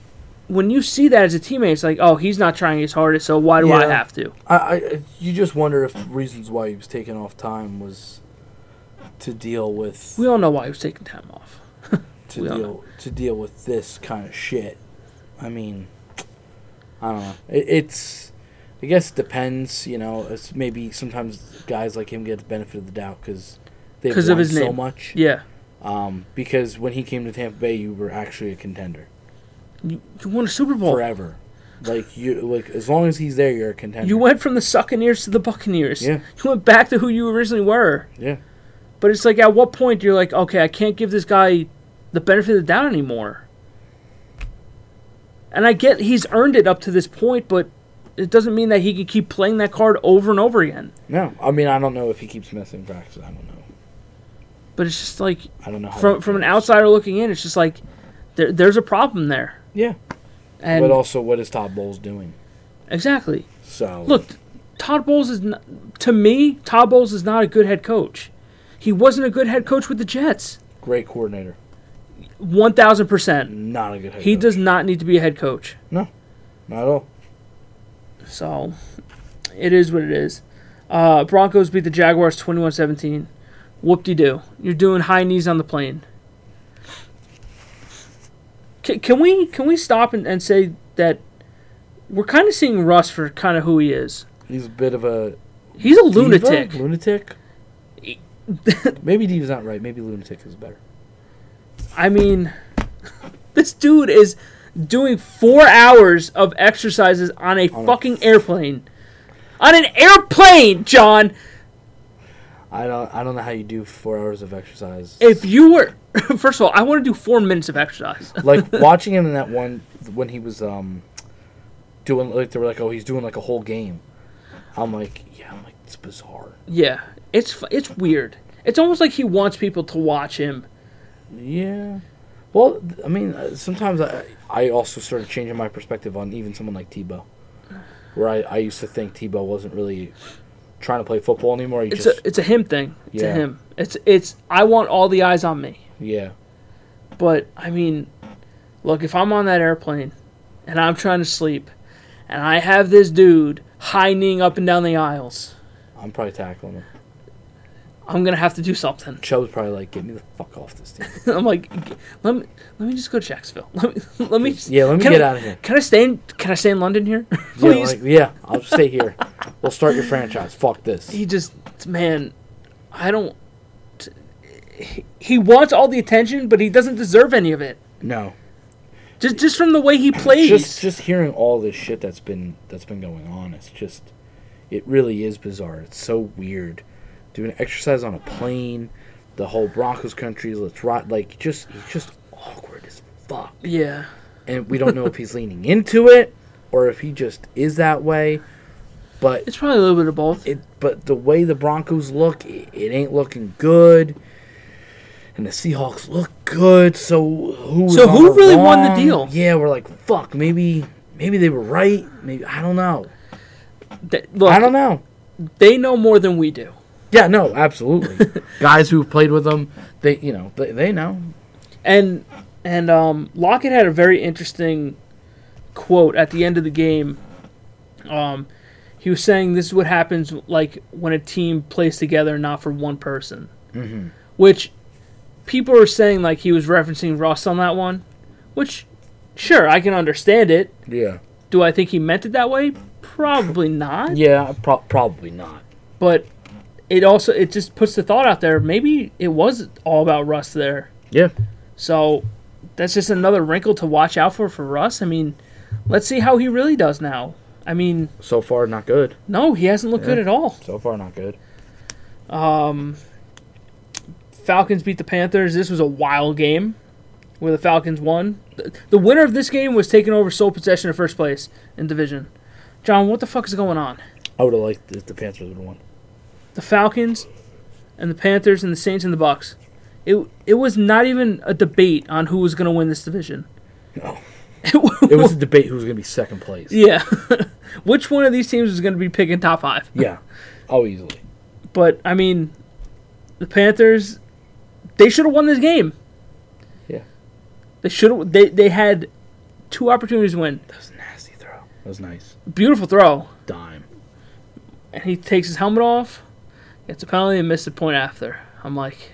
B: when you see that as a teammate, it's like, oh, he's not trying his hardest, so why do I
A: Yeah.
B: have to?
A: I, I you just wonder if reasons why he was taking off time was to deal with
B: We all know why he was taking time off.
A: to
B: we all
A: deal
B: know.
A: to deal with this kind of shit. I mean, I don't know. It, it's I guess it depends. You know, it's maybe sometimes guys like him get the benefit of the doubt because they've
B: 'Cause
A: won
B: of his
A: so
B: name.
A: much.
B: Yeah,
A: Um, because when he came to Tampa Bay, you were actually a contender
B: you, you won a Super Bowl.
A: forever. Like you, like as long as he's there, you're a contender.
B: You went from the Succaneers to the Buccaneers.
A: Yeah.
B: You went back to who you originally were.
A: yeah.
B: But it's like, at what point you're like, okay, I can't give this guy the benefit of the doubt anymore. And I get he's earned it up to this point, but it doesn't mean that he can keep playing that card over and over again.
A: No, I mean I don't know if he keeps missing practice. I don't know.
B: But it's just like,
A: I don't know. How
B: from
A: that
B: from an
A: goes.
B: outsider looking in, it's just like there, there's a problem there.
A: Yeah,
B: And
A: but uh, also what is Todd Bowles doing?
B: exactly,
A: So
B: look, Todd Bowles is not, to me, Todd Bowles is not a good head coach. He wasn't a good head coach with the Jets,
A: great coordinator,
B: one thousand percent.
A: not a good. Head
B: He
A: coach.
B: does not need to be a head coach.
A: not at all.
B: So it is what it is. Uh, Broncos beat the Jaguars 21-17. Whoop-de-doo. You're doing high knees on the plane. Can, can we can we stop and, and say that we're kind of seeing Russ for kind of who he is?
A: He's a bit of a
B: He's a
A: diva?
B: lunatic.
A: Lunatic. E (laughs) Maybe Diva's not right. Maybe lunatic is better.
B: I mean, (laughs) this dude is doing four hours of exercises on a
A: On a-
B: fucking airplane. On an airplane, John.
A: I don't. I don't know how you do four hours of exercise.
B: If you were, (laughs) first of all, I want to do four minutes of exercise. (laughs)
A: like watching him in that one when he was um doing like they were like oh he's doing like a whole game. I'm like yeah I'm like it's bizarre.
B: Yeah, it's f- it's weird. It's almost like he wants people to watch him.
A: Yeah. Well, th- I mean, uh, sometimes I, I also started changing my perspective on even someone like Tebow, where I, I used to think Tebow wasn't really trying to play football anymore. He
B: It's
A: just
B: a it's a him thing. It's
A: Yeah.
B: a him. It's it's I want all the eyes on me.
A: yeah
B: But I mean, look, if I'm on that airplane and I'm trying to sleep, and I have this dude high kneeing up and down the aisles,
A: I'm probably tackling him.
B: I'm gonna have to do something. (laughs)
A: Chubb's probably like get me the fuck off this team.
B: I'm like, "G- let me let me just go to Jacksonville. (laughs) Let me let me just-
A: Yeah, let me
B: can
A: get
B: I-
A: out of here.
B: Can I stay in Can I stay in London here, (laughs)
A: Yeah,
B: please?
A: like, yeah, I'll just stay here. We'll start your franchise. Fuck this.
B: he just man i don't he wants all the attention but he doesn't deserve any of it
A: No,
B: just just from the way he plays
A: just just hearing all this shit that's been that's been going on. It's just, it really is bizarre. It's so weird. Doing exercise on a plane, the whole Broncos country. Let's rot. Like just he's just awkward as fuck.
B: yeah
A: and we don't know if he's leaning into it or if he just is that way. But
B: it's probably a little bit of both
A: it, but the way the Broncos look, it, it ain't looking good, and the Seahawks look good. So who? was
B: So
A: on
B: who
A: the
B: really won the
A: wrong?
B: deal?
A: Yeah, we're like fuck. Maybe maybe they were right. Maybe I don't know.
B: Th- look
A: I don't know.
B: they know more than we do
A: Yeah, no,
B: (laughs)
A: absolutely. Guys who've played with them, they you know they, they know.
B: and and um lockett had a very interesting quote at the end of the game um he was saying this is what happens like when a team plays together and not for one person which people are saying like he was referencing Russ on that one, which sure I can understand it.
A: Yeah,
B: Do I think he meant it that way? Probably not.
A: yeah, pro- probably not.
B: But it also it just puts the thought out there. Maybe it was all about Russ there.
A: Yeah,
B: So that's just another wrinkle to watch out for for Russ. I mean, let's see how he really does now. I mean,
A: so far not good.
B: no, he hasn't looked good at all.
A: So far not good.
B: Falcons beat the Panthers. This was a wild game where the Falcons won. The, the winner of this game was taking over sole possession of first place in division. John, what the fuck is going on?
A: I would have liked if the Panthers would have won.
B: The Falcons and the Panthers and the Saints and the Bucks. It it was not even a debate on who was going to win this division.
A: No.
B: (laughs) It wa-
A: It
B: (laughs)
A: was a debate who was going to be second place.
B: yeah. (laughs) Which one of these teams was going to be picking top 5?
A: Yeah. Oh, easily.
B: But I mean, the Panthers they should have won this game.
A: Yeah.
B: They should have they they had two opportunities to win.
A: That was a nasty throw. That was nice.
B: Beautiful throw.
A: Dime.
B: and he takes his helmet off, gets a penalty, and missed the point after. I'm like,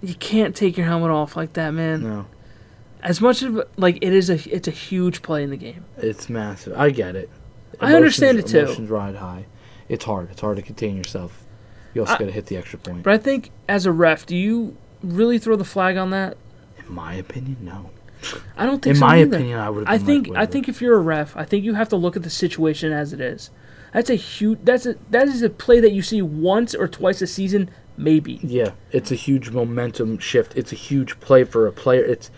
B: you can't take your helmet off like that, man.
A: No,
B: As much of like it is a, it's a huge play in the game.
A: it's massive. I get it.
B: I understand it, too.
A: Emotions ride high. It's hard. It's hard to contain yourself. You also
B: I-
A: got to hit the extra point.
B: But I think as a ref, do you really throw the flag on that?
A: In my opinion, no.
B: I don't think
A: In
B: so
A: my
B: either.
A: opinion, I would.
B: I think I think if you're a ref, I think you have to look at the situation as it is. That's a huge. That's a that is a play that you see once or twice a season, maybe.
A: Yeah, it's a huge momentum shift. It's a huge play for a player. It's,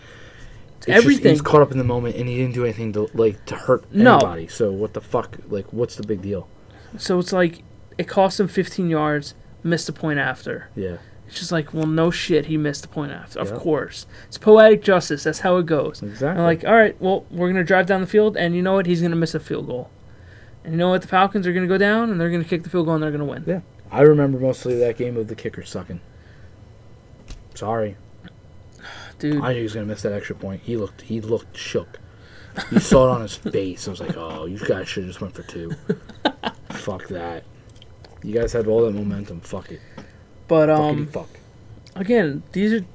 A: it's just-
B: everything.
A: he's caught up in the moment, and he didn't do anything to like to hurt
B: No.
A: anybody. So what the fuck? Like, what's the big deal?
B: So it's like it cost him 15 yards, missed a point after.
A: Yeah,
B: It's just like, well, no shit, he missed the point after. Of
A: Yeah.
B: course. It's poetic justice. That's how it goes. And
A: exactly.
B: like, all right, well, we're going to drive down the field, and you know what? He's going to miss a field goal. And you know what? The Falcons are going to go down, and they're going to kick the field goal, and they're going to win.
A: yeah, I remember mostly that game of the kicker sucking. Sorry,
B: Dude,
A: I knew he was gonna miss that extra point. He looked, he looked shook. You saw it on his
B: (laughs)
A: face. I was like, oh, you guys should have just went for two. fuck that. You guys had all that momentum. Fuck it.
B: but
A: Fuckity
B: um,
A: fuck.
B: again, these are.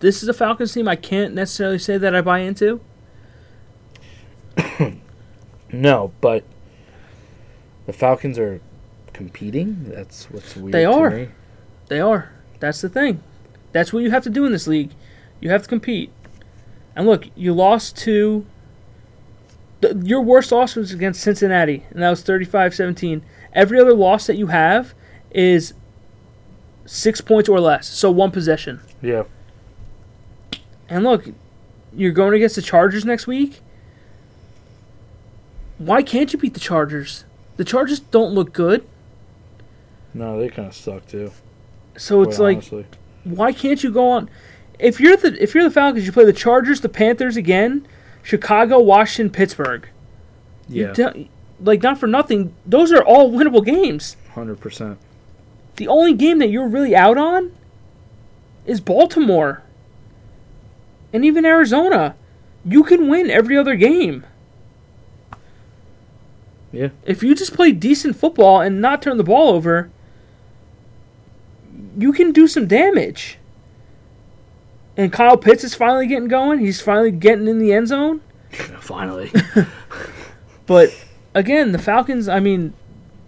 B: This is a Falcons team I can't necessarily say that I buy into.
A: No, but the Falcons are competing. That's what's weird.
B: They
A: to
B: are.
A: me.
B: They are. That's the thing. That's what you have to do in this league. You have to compete. And look, you lost to. The, your worst loss was against Cincinnati, and that was 35 17. Every other loss that you have is six points or less, so one possession.
A: Yeah.
B: And look, you're going against the Chargers next week. Why can't you beat the Chargers? The Chargers don't look good,
A: No, they kind of suck too.
B: so it's
A: quite
B: like.
A: honestly.
B: why can't you go on if you're the if you're the Falcons, you play the Chargers, the Panthers again, Chicago, Washington, Pittsburgh. You
A: yeah,
B: don't- like not for nothing, those are all winnable games.
A: hundred percent.
B: The only game that you're really out on is Baltimore. And even Arizona. You can win every other game.
A: Yeah.
B: If you just play decent football and not turn the ball over, you can do some damage. And Kyle Pitts is finally getting going. He's finally getting in the end zone.
A: (laughs) Finally,
B: But again, the Falcons, I mean,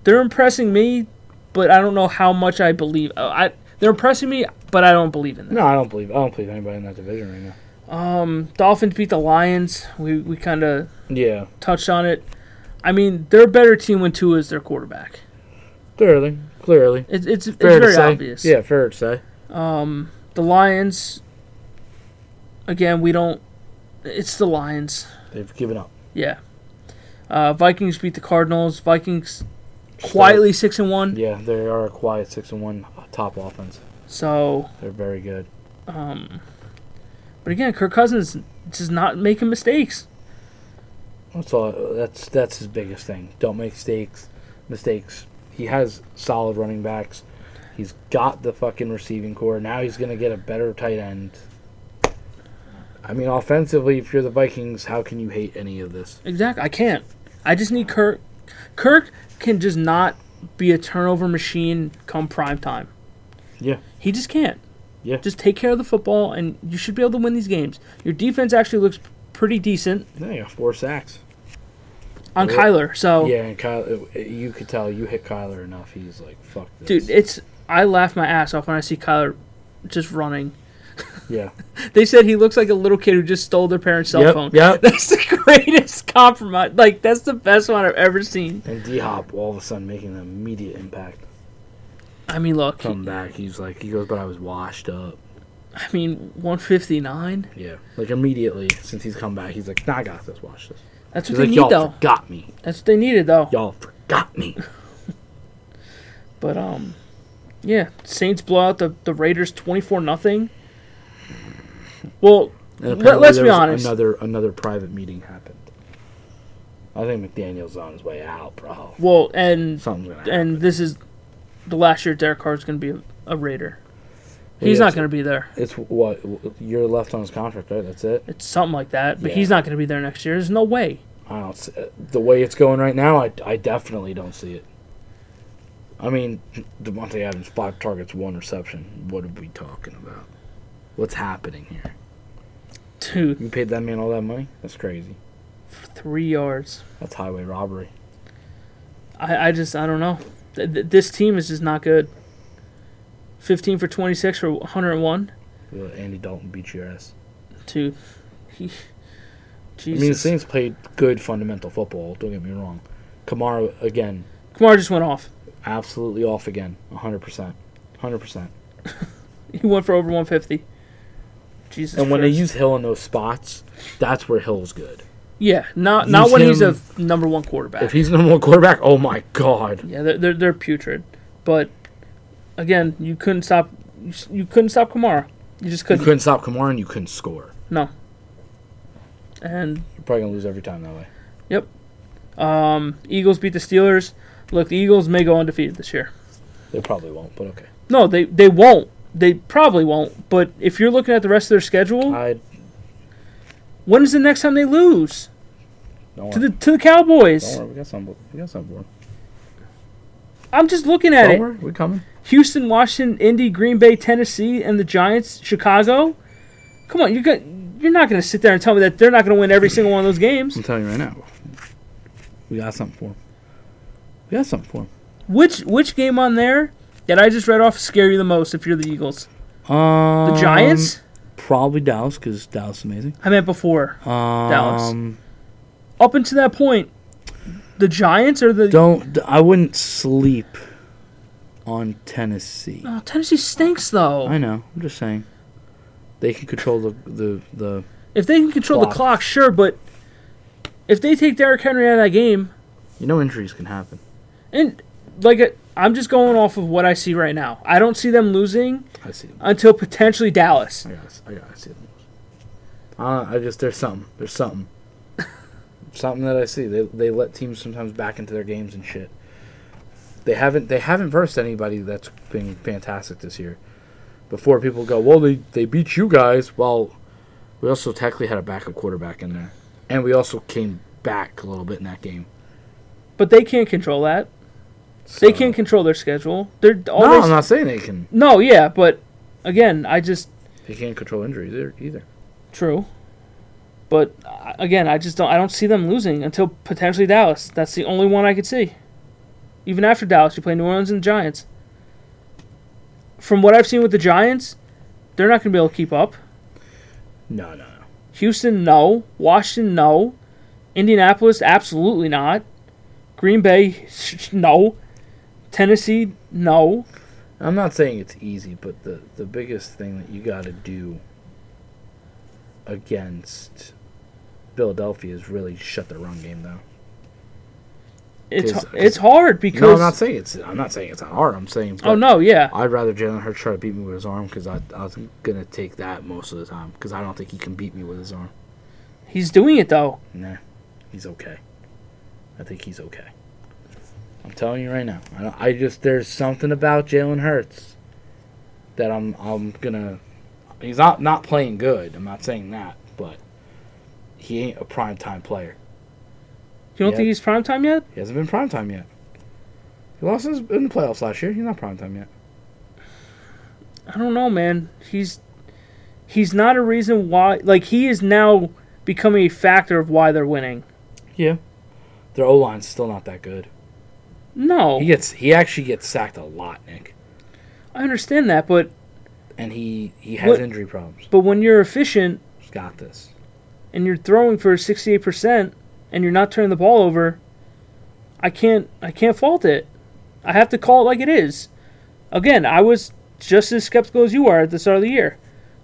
B: they're impressing me, but I don't know how much I believe. uh, I they're impressing me, but I don't believe in
A: (laughs)
B: them.
A: no, I don't believe I don't believe anybody in that division right now.
B: Um, Dolphins beat the Lions. We we kind of
A: Yeah,
B: touched on it. I mean, they're a better team when Tua is their quarterback.
A: clearly, clearly,
B: It's it's, it's
A: fair
B: very
A: to say.
B: obvious.
A: Yeah, fair to say.
B: Um, the Lions. Again, we don't. It's the Lions.
A: They've given up.
B: Yeah. Uh, Vikings beat the Cardinals. Vikings quietly six and
A: So,
B: one.
A: yeah, they are a quiet six and one top offense.
B: So,
A: They're very good.
B: um, but again, Kirk Cousins just not making mistakes.
A: That's all. uh, That's that's his biggest thing. Don't make mistakes. Mistakes. He has solid running backs. He's got the fucking receiving core. Now he's gonna get a better tight end. I mean, offensively, if you're the Vikings, how can you hate any of this?
B: Exactly. I can't. I just need Kirk. Kirk can just not be a turnover machine come prime time.
A: Yeah.
B: He just can't.
A: Yeah.
B: Just take care of the football, and you should be able to win these games. Your defense actually looks pretty decent
A: No, you got four sacks.
B: on
A: Yeah.
B: Kyler. So,
A: Yeah, and Kyle, you could tell you hit Kyler enough. He's like, fuck this.
B: dude, it's I laugh my ass off when I see Kyler just running.
A: yeah.
B: They said he looks like a little kid who just stole their parents' cell
A: Yep,
B: phone.
A: yep.
B: (laughs) That's the greatest compromise. Like that's the best one I've ever seen.
A: And D Hop all of a sudden making an immediate impact.
B: I mean, look.
A: Come back. He's like, he goes, but I was washed up.
B: I mean, 159.
A: Yeah. Like immediately since he's come back, he's like, nah, I got this. Watch this.
B: That's
A: He's
B: what they
A: like,
B: need
A: y'all
B: though.
A: forgot me.
B: That's what they needed though.
A: Y'all forgot
B: (laughs)
A: me.
B: But um, yeah, Saints blow out the the Raiders 24 nothing. Well,
A: And
B: let,
A: apparently
B: let's
A: there
B: be
A: was
B: honest.
A: Another another private meeting happened. I think McDaniel's on his way out, bro.
B: Well, and
A: Something's gonna happen.
B: and this is the last year Derek Carr's going to be a, a Raider. He's
A: Yeah, it's-
B: not going to be there.
A: It's what you're left on his contract, right? That's it.
B: It's something like that, but
A: Yeah.
B: he's not going to be there next year. There's no way.
A: I don't see, the way it's going right now. I, I definitely don't see it. I mean, Devontae Adams five targets, one reception. What are we talking about? What's happening here?
B: Dude,
A: You paid that man all that money? That's crazy.
B: three yards.
A: That's highway robbery.
B: I, I just, I don't know. Th- th- this team is just not good. 15 for 26 for 101.
A: Uh, Andy Dalton beat your ass.
B: Dude, he,
A: I mean, the
B: Jesus.
A: Saints played good fundamental football. Don't get me wrong. Kamara again,
B: Kamara just went off.
A: absolutely off again, hundred percent, hundred percent.
B: He went for over 150. Jesus
A: And when they
B: Christ.
A: use Hill in those spots, that's where Hill's good.
B: Yeah, not not
A: Use
B: when he's a
A: him-
B: f- number one quarterback.
A: If he's number one quarterback, oh my god,
B: yeah, they're, they're they're putrid. But again, you couldn't stop you s- you couldn't stop Kamara. You just
A: you
B: couldn't.
A: couldn't stop Kamara and you couldn't score.
B: No. And
A: You're probably gonna lose every time that way.
B: um, Eagles beat the Steelers. Look, the Eagles may go undefeated this year.
A: They probably won't, but okay.
B: No, they they won't. They probably won't. But if you're looking at the rest of their schedule,
A: I
B: when is the next time they lose
A: don't
B: to
A: worry.
B: the to the Cowboys?
A: Don't worry, we got some. We got some board.
B: I'm just looking at
A: Don't
B: it.
A: worry, we coming.
B: Houston, Washington, Indy, Green Bay, Tennessee, and the Giants, Chicago. Come on, you got you're not going to sit there and tell me that they're not going to win every single one of those
A: (laughs)
B: games.
A: I'm telling you right now, we got something for him. We got something for him.
B: Which which game on there that I just read off scare you the most if you're the Eagles? The
A: Um,
B: Giants?
A: Probably Dallas because Dallas is amazing.
B: I meant before.
A: Um,
B: Up until that point, the Giants or the
A: Don't. I wouldn't sleep on Tennessee.
B: oh, Tennessee stinks though.
A: I know. I'm just saying. They can control the the the.
B: If they can control the
A: Clock.
B: clock, sure, but if they take Derrick Henry out of that game,
A: You know injuries can happen.
B: and like uh, I'm just going off of what I see right now. I don't see them losing
A: I see them.
B: until potentially Dallas.
A: I gotta. I gotta see them. Uh, I just there's something. There's (laughs) something. something that I see. They they let teams sometimes back into their games and shit. They haven't they haven't versed anybody that's been fantastic this year. Before people go, well they they beat you guys. Well, we also technically had a backup quarterback in there, and we also came back a little bit in that game.
B: But they can't control that.
A: So-
B: They can't control their schedule. They're
A: No,
B: always
A: I'm not saying they can.
B: no, yeah, but again, I just
A: They can't control injuries either. either.
B: true. But uh, again, I just don't. I don't see them losing until potentially Dallas. That's the only one I could see. Even after Dallas, you play New Orleans and the Giants. From what I've seen with the Giants, they're not going to be able to keep up.
A: No, no, no.
B: Houston, no. Washington, no. Indianapolis, absolutely not. Green Bay, (laughs) sh- sh- no. Tennessee, no.
A: I'm not saying it's easy, but the the biggest thing that you got to do against Philadelphia is really shut their run game down.
B: It's
A: Cause-
B: it's hard
A: No,
B: because
A: I'm not saying it's. I'm not saying it's not hard. I'm saying.
B: oh no, yeah,
A: I'd rather Jalen Hurts try to beat me with his arm because I, I was gonna take that most of the time because I don't think he can beat me with his arm.
B: he's doing it though.
A: Nah, he's okay. I think he's okay. I'm telling you right now. I, don't, I just there's something about Jalen Hurts that I'm I'm gonna. He's not not playing good. I'm not saying that, but he ain't a prime time player.
B: You don't
A: Yeah.
B: think he's prime time yet?
A: He hasn't been prime time yet. He lost his, in the playoffs last year. He's not prime time yet.
B: I don't know, man. He's he's not a reason why. Like he is now becoming a factor of why they're winning.
A: Yeah. Their O line's still not that good.
B: No,
A: He gets he actually gets sacked a lot, Nick,
B: I understand that, but
A: and he he has
B: What-
A: injury problems.
B: but when you're efficient
A: He's got this.
B: and you're throwing for 68% and you're not turning the ball over, I can't I can't fault it. I have to call it like it is. Again, I was just as skeptical as you are at the start of the year.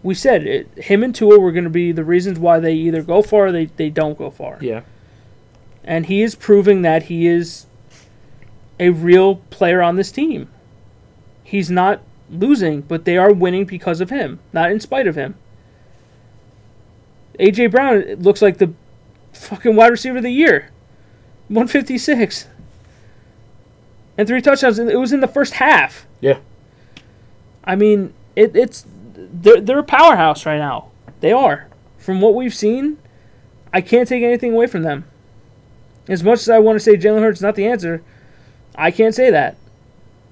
B: We said it, him and Tua were going to be the reasons why they either go far or they, they don't go far.
A: Yeah.
B: And he is proving that he is a real player on this team. He's not losing, but they are winning because of him, not in spite of him. AJ Brown it looks like the fucking wide receiver of the year. 156 and three touchdowns. and It was in the first half.
A: Yeah.
B: I mean, it, it's they're, they're a powerhouse right now. They are. From what we've seen, I can't take anything away from them. As much as I want to say Jalen Hurts is not the answer, I can't say that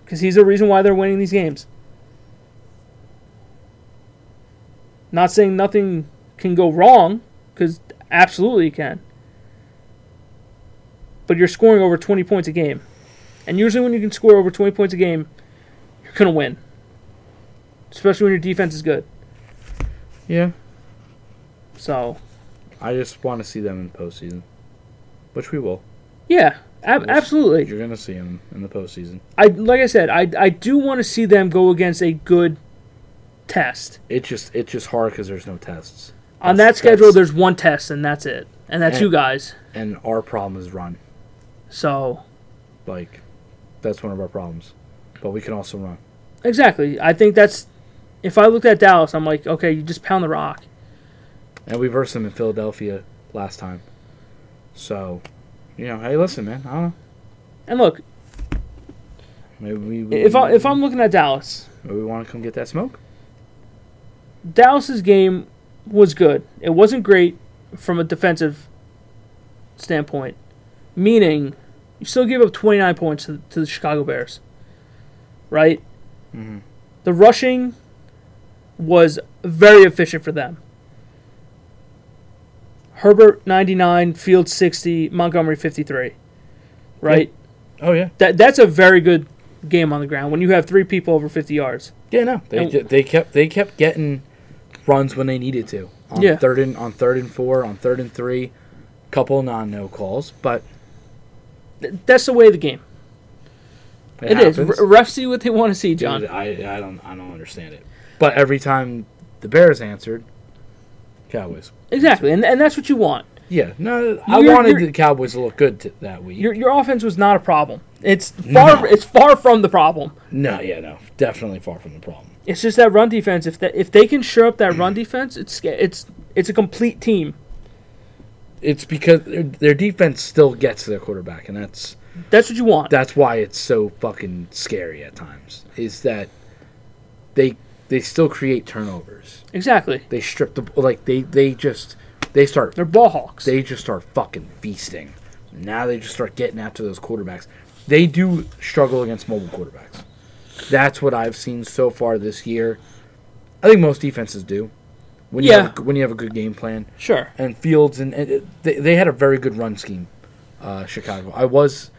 B: because he's the reason why they're winning these games. Not saying nothing can go wrong because absolutely it can. But you're scoring over 20 points a game. And usually when you can score over 20 points a game, you're going to win. Especially when your defense is good.
A: Yeah.
B: So,
A: I just want to see them in postseason, which we will.
B: yeah, ab-
A: Yes.
B: absolutely.
A: You're gonna see them in the postseason.
B: I like I said, I I do want to see them go against a good test.
A: It's just it's just hard because there's no tests.
B: On that
A: That's-
B: schedule,
A: that's-
B: there's one test, and that's it, and that's
A: And-
B: you guys.
A: and our problem is run.
B: So
A: Like, that's one of our problems. But we can also run.
B: exactly, I think that's. If I looked at Dallas, I'm like, okay, you just pound the rock.
A: And we versed them in Philadelphia last time. So, you know, hey, listen, man. I don't know.
B: And look,
A: Maybe we, we-
B: if I if I'm looking at Dallas,
A: maybe we want to come get that smoke.
B: Dallas's game was good. It wasn't great from a defensive standpoint, meaning you still gave up 29 points to, to the Chicago Bears, right? The rushing was very efficient for them. Herbert 99, Field 60, Montgomery 53, right?
A: Oh yeah,
B: That that's a very good game on the ground when you have three people over 50 yards.
A: yeah. No, they
B: And-
A: ju- they kept they kept getting runs when they needed to. On
B: Yeah.
A: Third and on third and four, on third and three, couple non no calls, but
B: Th- That's the way of the game.
A: it,
B: It is.
A: happens.
B: R- refs see what they want to see,
A: Dude,
B: John.
A: I I don't I don't understand it. But every time the Bears answered, Cowboys.
B: Exactly, and, and that's what you want.
A: Yeah, no, I
B: You're-
A: wanted
B: you're-
A: the Cowboys to look good t- that week.
B: Your, your offense was not a problem. It's far
A: No.
B: it's far from the problem.
A: No, yeah, no, definitely far from the problem.
B: It's just that run defense. If that if they can shore up
A: (clears throat)
B: that run defense, it's sca- it's it's a complete team.
A: It's because their, their defense still gets to their quarterback, and that's
B: That's what you want.
A: that's why it's so fucking scary at times. Is that they they still create turnovers.
B: exactly.
A: They strip the like they they just they start
B: They're ball hawks.
A: they just start fucking feasting. Now they just start getting after those quarterbacks. They do struggle against mobile quarterbacks. That's what I've seen so far this year. I think most defenses do. When you
B: Yeah.
A: have a, when you have a good game plan
B: sure.
A: and Fields and, and it- they, they had a very good run scheme. Uh, Chicago. I was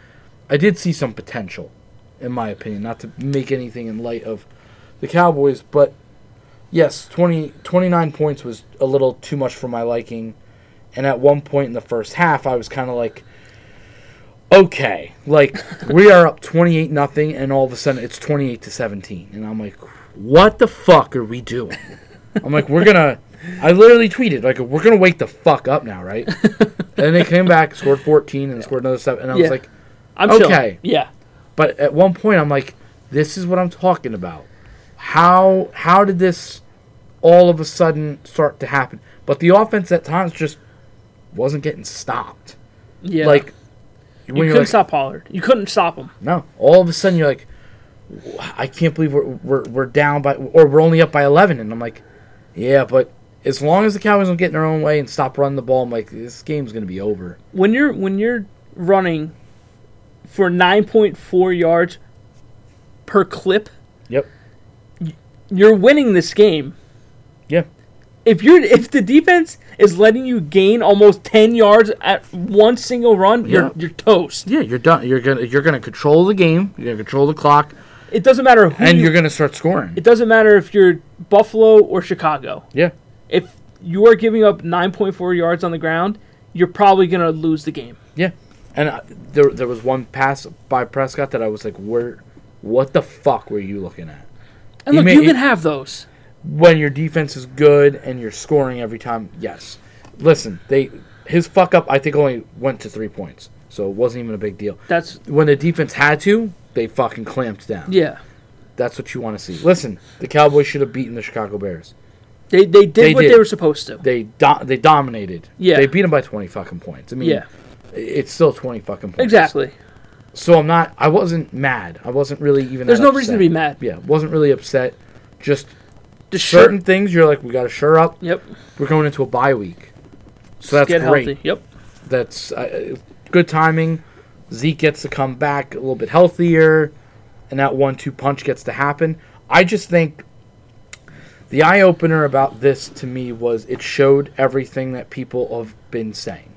A: I did see some potential, in my opinion. Not to make anything in light of the Cowboys, but yes, 20, 29 points was a little too much for my liking. And at one point in the first half, I was kind of like, okay, like we are up twenty eight nothing, and all of a sudden it's twenty eight to seventeen, and I'm like, what the fuck are we doing? I'm like, we're gonna. I literally tweeted like, we're gonna wake the fuck up now, right? and they came back, scored fourteen, and scored another seven, and I
B: Yeah.
A: was like,
B: I'm
A: okay.
B: Chilling. Yeah.
A: but at one point I'm like, this is what I'm talking about. How how did this all of a sudden start to happen? But the offense at times just wasn't getting stopped.
B: Yeah.
A: Like
B: you couldn't stop Pollard. You couldn't stop him.
A: no. All of a sudden, you're like, "W- I can't believe we're, we're, we're down by, or we're only up by 11. And I'm like, yeah, but as long as the Cowboys don't get in their own way and stop running the ball, I'm like, this game's going to be over.
B: When you're when you're running for 9.4 yards per clip,
A: Yep.
B: you're winning this game.
A: Yeah.
B: if you're if the defense is letting you gain almost 10 yards at one single run
A: Yeah.
B: you're you're toast
A: Yeah, you're done. You're gonna you're gonna control the game. You're gonna control the clock,
B: it doesn't matter who
A: and
B: you-
A: you're gonna start scoring.
B: it doesn't matter if you're buffalo or chicago
A: Yeah,
B: if you are giving up 9.4 yards on the ground you're probably going to lose the game
A: yeah. And I, there there was one pass by Prescott that I was like, where, what the fuck were you looking at?
B: and
A: You
B: look
A: may-
B: you
A: you-
B: can have those
A: when your defense is good and you're scoring every time, yes. Listen, they his fuck up I think only went to three points, so it wasn't even a big deal.
B: that's
A: When the defense had to, they fucking clamped down.
B: yeah
A: that's what you want to see. Listen, the Cowboys should have beaten the Chicago Bears.
B: they they did
A: They
B: what they
A: did.
B: were supposed to
A: They do- they dominated.
B: Yeah.
A: they beat them by twenty fucking points. I mean,
B: Yeah.
A: it's still twenty fucking points.
B: exactly
A: So I'm not. I wasn't mad. I wasn't really even.
B: There's
A: that
B: no reason to
A: upset.
B: be mad.
A: Yeah, wasn't really upset. Just
B: Just
A: certain things you're like, we got to sure up.
B: Yep.
A: We're going into a bye week, so that's
B: Get
A: great.
B: healthy. Yep.
A: That's uh, good timing. Zeke gets to come back a little bit healthier, and that one-two punch gets to happen. I just think the eye opener about this to me was it showed everything that people have been saying.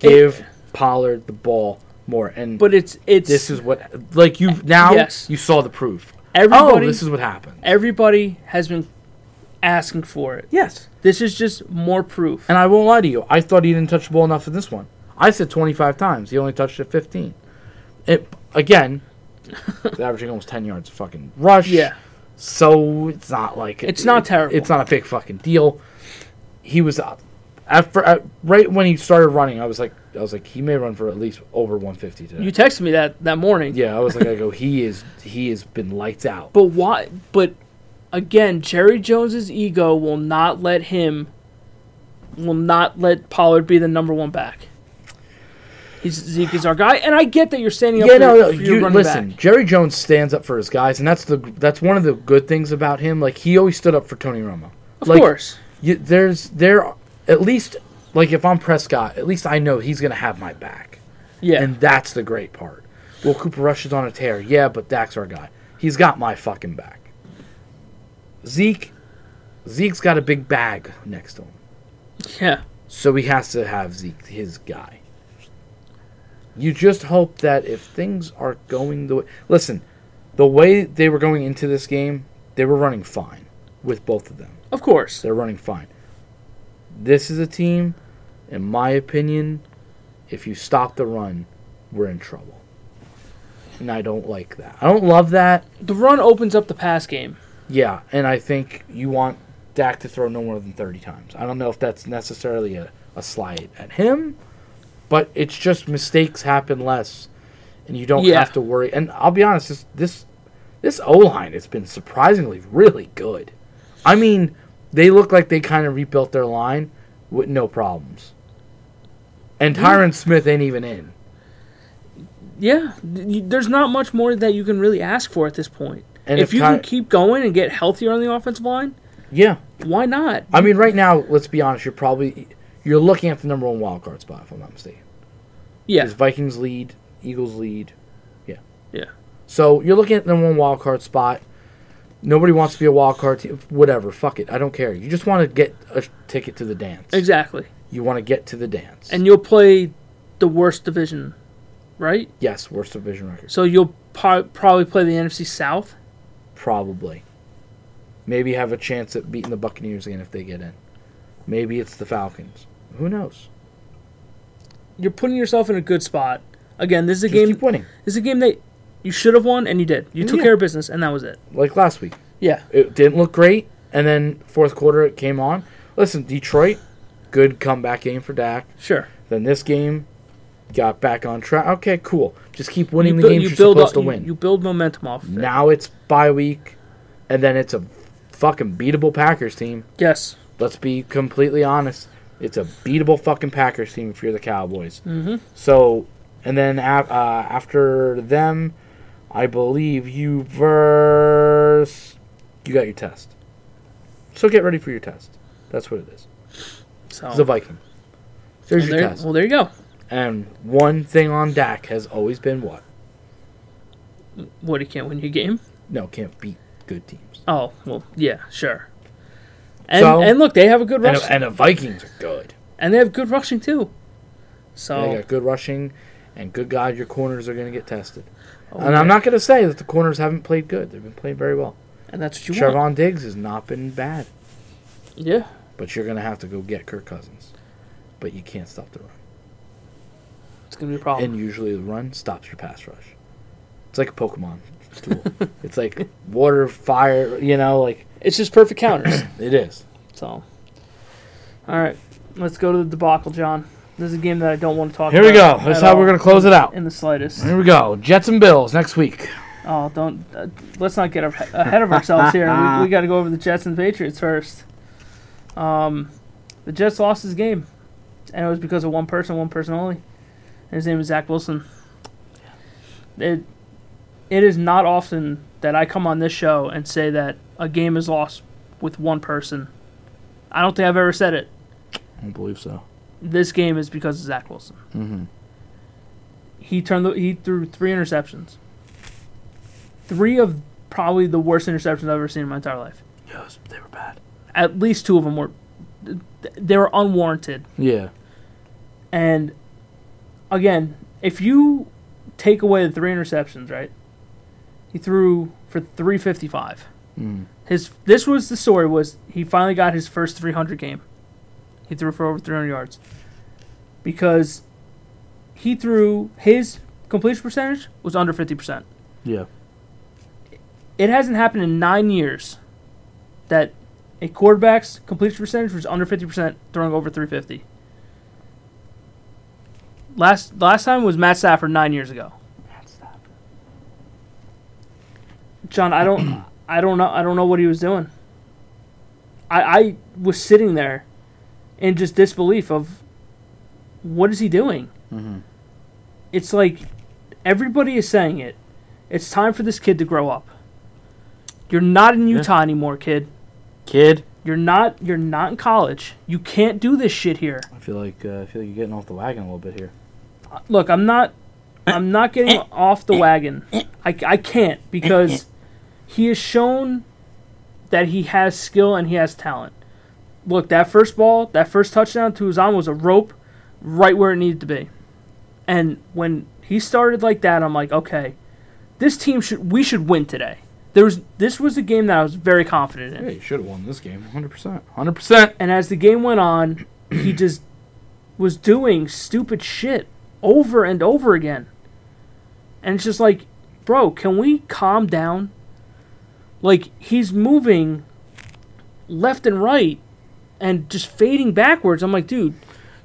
A: Give Pollard the ball more, and
B: But it's it's
A: this is what like you now
B: Yes.
A: you saw the proof.
B: everybody
A: Oh, this is what happened.
B: everybody has been asking for it.
A: Yes.
B: This is just more proof.
A: And I won't lie to you, I thought he didn't touch the ball enough in this one. I said 25 times. He only touched it 15. It again,
B: (laughs)
A: it's averaging almost 10 yards a fucking rush.
B: yeah.
A: So it's not like
B: It's not terrible.
A: It's not a big fucking deal. He was uh, at, fir- at, right when he started running. I was like, I was like, he may run for at least over 150 today.
B: You texted me that that morning.
A: yeah, I was like, I go, he is he has been lights out.
B: But why? But again, Jerry Jones's ego will not let him, will not let Pollard be the number one back. He's, Zeke is our guy, and I get that you're standing up
A: Yeah,
B: for,
A: no,
B: your-
A: no.
B: for your
A: You,
B: running
A: listen,
B: back.
A: Jerry Jones stands up for his guys, and that's the that's one of the good things about him. Like he always stood up for Tony Romo.
B: Of
A: like,
B: course,
A: You, there's there at least like if I'm Prescott, at least I know he's gonna have my back,
B: yeah.
A: and that's the great part. Well, Cooper Rush is on a tear, yeah, but Dak's our guy. He's got my fucking back. Zeke, Zeke's got a big bag next to him.
B: yeah,
A: So he has to have Zeke his guy. You just hope that if things are going the way listen, the way they were going into this game, they were running fine with both of them.
B: of course.
A: They're running fine. This is a team, in my opinion, if you stop the run, we're in trouble. And I don't like that. I don't love that.
B: The run opens up the pass game.
A: Yeah, and I think you want Dak to throw no more than 30 times. I don't know if that's necessarily a, a slight at him, but it's just mistakes happen less, and you don't
B: Yeah.
A: have to worry. And I'll be honest, this this, this O line has been surprisingly really good. I mean, they look like they kind of rebuilt their line with no problems. And Tyron Smith ain't even in.
B: Yeah, th- you- there's not much more that you can really ask for at this point.
A: And
B: if,
A: if
B: you
A: Ty-
B: can keep going and get healthier on the offensive line,
A: Yeah.
B: why not?
A: I mean, right now, let's be honest, you're probably you're looking at the number one wild card spot, if I'm not mistaken.
B: yeah,
A: is Vikings lead, Eagles lead.
B: yeah.
A: So you're looking at the number one wild card spot. Nobody wants to be a wild card team. Whatever, fuck it. I don't care. You just want to get a ticket to the dance.
B: Exactly.
A: You want to get to the dance.
B: And you'll play the worst division, right?
A: yes, worst division record,
B: So you'll po- probably play the NFC South.
A: probably. Maybe have a chance at beating the Buccaneers again if they get in. Maybe it's the Falcons. Who knows?
B: You're putting yourself in a good spot. Again, this is a
A: Just
B: game.
A: keep winning,
B: This is a game that you should have won and you did. You took
A: Yeah.
B: care of business and that was it.
A: like last week.
B: Yeah.
A: It didn't look great, and then fourth quarter it came on. Listen, Detroit, good comeback game for Dak.
B: Sure.
A: Then this game got back on track. Okay, cool. Just keep winning
B: you
A: the
B: bu-
A: games
B: you
A: you're
B: build
A: supposed to
B: up- you-
A: win.
B: You, build momentum off. of it.
A: now it's bye week, and then it's a fucking beatable Packers team.
B: Yes.
A: Let's be completely honest. It's a beatable fucking Packers team if you're the Cowboys. Mm-hmm. So, and then a- uh, after them, I believe you verse. You got your test. So get ready for your test. That's what it is.
B: So
A: It's a Viking. There's
B: well,
A: your
B: there,
A: test.
B: well, there you go.
A: And one thing on Dak has always been what?
B: What you can't win your game.
A: No, can't beat good teams.
B: Oh well, yeah, sure. And
A: So-
B: and look, they have a good
A: And,
B: rush,
A: and the Vikings are good.
B: and they have good rushing too. So
A: They got good rushing, and good God, your corners are going to get tested.
B: oh,
A: and
B: yeah.
A: I'm not going to say that the corners haven't played good. They've been playing very well.
B: And that's what you want.
A: Trevon Diggs has not been bad,
B: Yeah.
A: but you're going to have to go get Kirk Cousins. But you can't stop the run.
B: It's gonna be a problem.
A: And usually the run stops your pass rush. It's like a Pokemon (laughs) tool. it's like water, fire, you know, like
B: It's just perfect counters.
A: it is.
B: so, all right, let's go to the debacle, John. This is a game that I don't want to talk.
A: Here we
B: about
A: go. That's
B: at
A: how we're
B: all
A: gonna close it out.
B: In the slightest.
A: Here we go. Jets and Bills next week.
B: Oh, don't. Uh, let's not get a- ahead of ourselves here. We, we got to go over the Jets and Patriots first. Um, the Jets lost his game, and it was because of one person, one person only. And his name is Zach Wilson. It, it is not often that I come on this show and say that a game is lost with one person. I don't think I've ever said it.
A: I don't believe so.
B: This game is because of Zach Wilson.
A: Mhm.
B: He turned the, he threw three interceptions. Three of probably the worst interceptions I've ever seen in my entire life.
A: Yes, they were bad.
B: At least two of them were they were unwarranted.
A: Yeah.
B: And again, if you take away the three interceptions, right? He threw for 355.
A: Mm.
B: His this was the story was he finally got his first 300 game. He threw for over 300 yards because he threw his completion percentage was under 50%.
A: Yeah.
B: It hasn't happened in 9 years that a quarterback's completion percentage was under 50% throwing over 350. Last last time was Matt Stafford 9 years ago. John, I don't, I don't know, I don't know what he was doing. I, I was sitting there, in just disbelief of, what is he doing?
A: Mhm.
B: It's like, everybody is saying it. It's time for this kid to grow up. You're not in Utah anymore, kid.
A: Kid,
B: You're not. You're not in college. You can't do this shit here.
A: I feel like uh, I feel like you're getting off the wagon a little bit here.
B: look, I'm not, I'm not getting off the wagon. I, I can't because he has shown that he has skill and he has talent. Look, that first ball, that first touchdown to Uzama was a rope right where it needed to be. And when he started like that, I'm like, okay, this team should we should win today. There was this was a game that I was very confident in.
A: Hey, you should have won this game, 100, percent 100. percent
B: And as the game went on,
A: (clears throat)
B: he just was doing stupid shit over and over again. And it's just like, bro, can we calm down? Like, he's moving left and right and just fading backwards. I'm like, dude,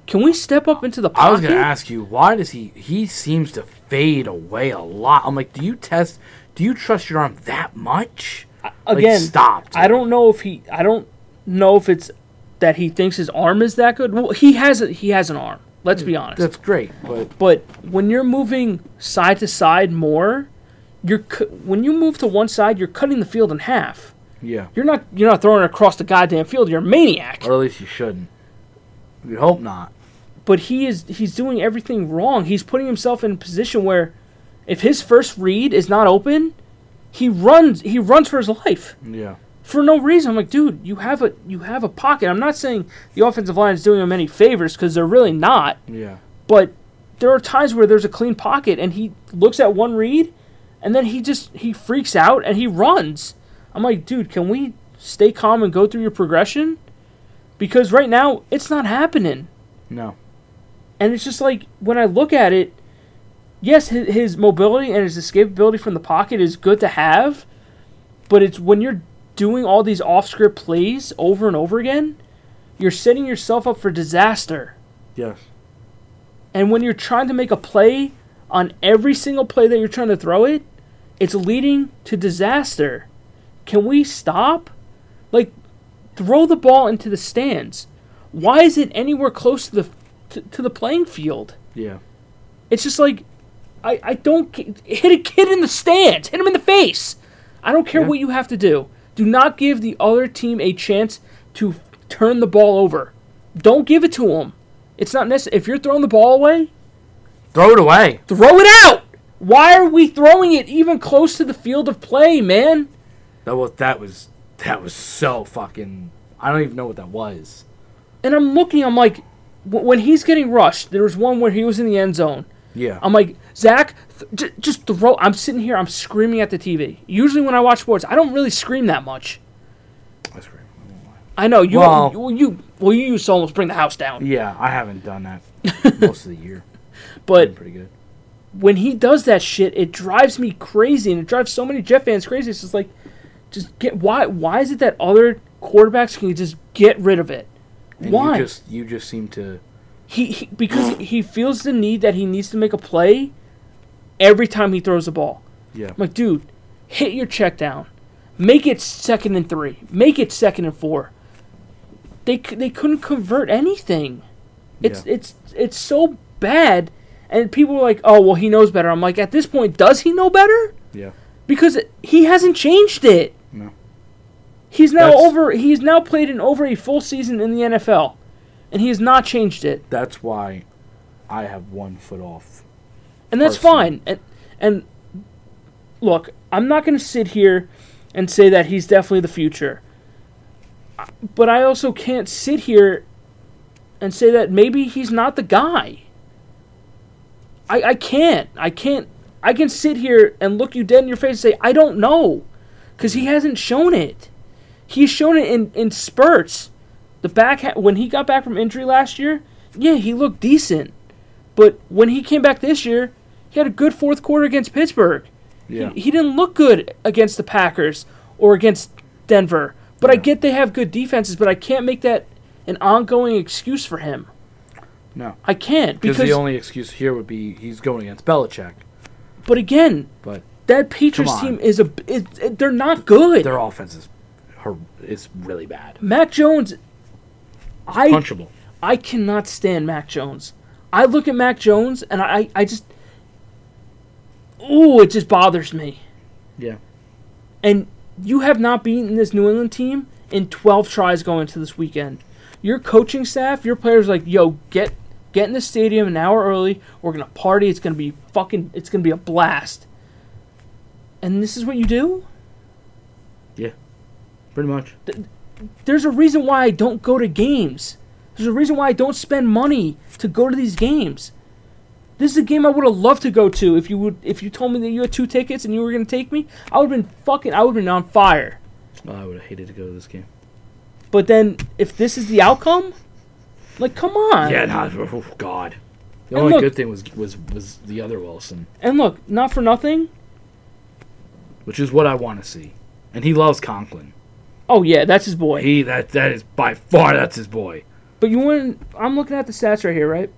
B: can we step up into the pocket?
A: I was gonna ask you why does he? He seems to fade away a lot. I'm like, do you test? Do you trust your arm that much? Like,
B: Again,
A: stop.
B: I don't know if he. I don't know if it's that he thinks his arm is that good. Well, he has a, He has an arm. Let's be honest.
A: That's great, but
B: But when you're moving side to side more, you're cu- when you move to one side, you're cutting the field in half.
A: yeah,
B: You're not you're not throwing it across the goddamn field. You're a maniac.
A: or at least you shouldn't. You'd hope not.
B: But he is he's doing everything wrong. He's putting himself in a position where if his first read is not open, he runs he runs for his life.
A: Yeah,
B: for no reason. I'm like, dude, you have a you have a pocket. I'm not saying the offensive line is doing him any favors because they're really not.
A: yeah.
B: But there are times where there's a clean pocket and he looks at one read, and then he just he freaks out and he runs. I'm like, dude, can we stay calm and go through your progression? Because right now it's not happening.
A: No,
B: And it's just like when I look at it, yes, his, his mobility and his escapability from the pocket is good to have, but it's when you're doing all these off script plays over and over again, you're setting yourself up for disaster.
A: yes,
B: And when you're trying to make a play on every single play that you're trying to throw it, it's leading to disaster. Can we stop? Like, throw the ball into the stands. Why is it anywhere close to the to, to the playing field?
A: yeah.
B: It's just like, I, I don't ca- hit a kid in the stands, hit him in the face. I don't care what you have to do. Do not give the other team a chance to f- turn the ball over. Don't give it to them. It's not necessary. If you're throwing the ball away,
A: Throw it away.
B: throw it out. Why are we throwing it even close to the field of play, man?
A: That was that was that was so fucking. I don't even know what that was.
B: And I'm looking. I'm like, w- when he's getting rushed, there was one where he was in the end zone.
A: Yeah,
B: I'm like, Zach, th- j- just throw. I'm sitting here, I'm screaming at the TV. Usually when I watch sports, I don't really scream that much.
A: That's great.
B: I know you.
A: Well-
B: you, you well, you used to almost bring the house down,
A: Yeah, I haven't done
B: (laughs)
A: that most of the year.
B: but
A: Been pretty good.
B: when he does that shit, it drives me crazy, and it drives so many Jet fans crazy. It's just like, just get why? Why is it that other quarterbacks can just get rid of it?
A: And
B: why?
A: You just you just seem to.
B: he, he because he feels the need that he needs to make a play every time he throws the ball.
A: Yeah.
B: I'm like, dude, hit your check down. Make it second and three. Make it second and four. They c- they couldn't convert anything. It's
A: Yeah.
B: it's it's so bad. And people were like, oh well, he knows better. I'm like, at this point, does he know better?
A: Yeah.
B: Because it- he hasn't changed it.
A: No.
B: He's now
A: That's-
B: over. He's now played in over a full season in the NFL, and he has not changed it,
A: That's why I have one foot off.
B: and that's
A: Personally.
B: fine. And and look, I'm not going to sit here and say that he's definitely the future, but I also can't sit here and say that maybe he's not the guy. I I can't. I can't. I can sit here and look you dead in your face and say I don't know, because he hasn't shown it. He's shown it in in spurts. The back ha- when he got back from injury last year, yeah, he looked decent. But when he came back this year, he had a good fourth quarter against Pittsburgh.
A: Yeah.
B: He didn't look good against the Packers or against Denver. But I
A: Yeah.
B: get they have good defenses, but I can't make that an ongoing excuse for him.
A: No.
B: I can't
A: Because
B: because.
A: the only excuse here would be he's going against Belichick.
B: but again,
A: But
B: that Patriots
A: on.
B: team is a. It, it- they're not good.
A: their offense is, hor- is really bad.
B: Mac Jones. I
A: Punchable.
B: I cannot stand Mac Jones. I look at Mac Jones and I, I just Ooh, it just bothers me.
A: Yeah.
B: And you have not beaten this New England team in twelve tries going into this weekend. Your coaching staff, your players are like, yo, get get in the stadium an hour early, we're gonna party, it's gonna be fucking it's gonna be a blast. And this is what you do?
A: Yeah. Pretty much.
B: there's a reason why I don't go to games. There's a reason why I don't spend money to go to these games. This is a game I would have loved to go to if you would if you told me that you had two tickets and you were gonna take me. I would have been fucking I would have been on fire.
A: Oh, I would have hated to go to this game.
B: But then if this is the outcome, like come on.
A: Yeah, no, oh, God. The
B: And
A: only
B: look-
A: good thing was, was was the other Wilson,
B: And look, not for nothing.
A: which is what I want to see. And he loves Conklin.
B: Oh yeah, that's his boy.
A: He that that is by far that's his boy.
B: But you want? I'm looking at the stats right here, right?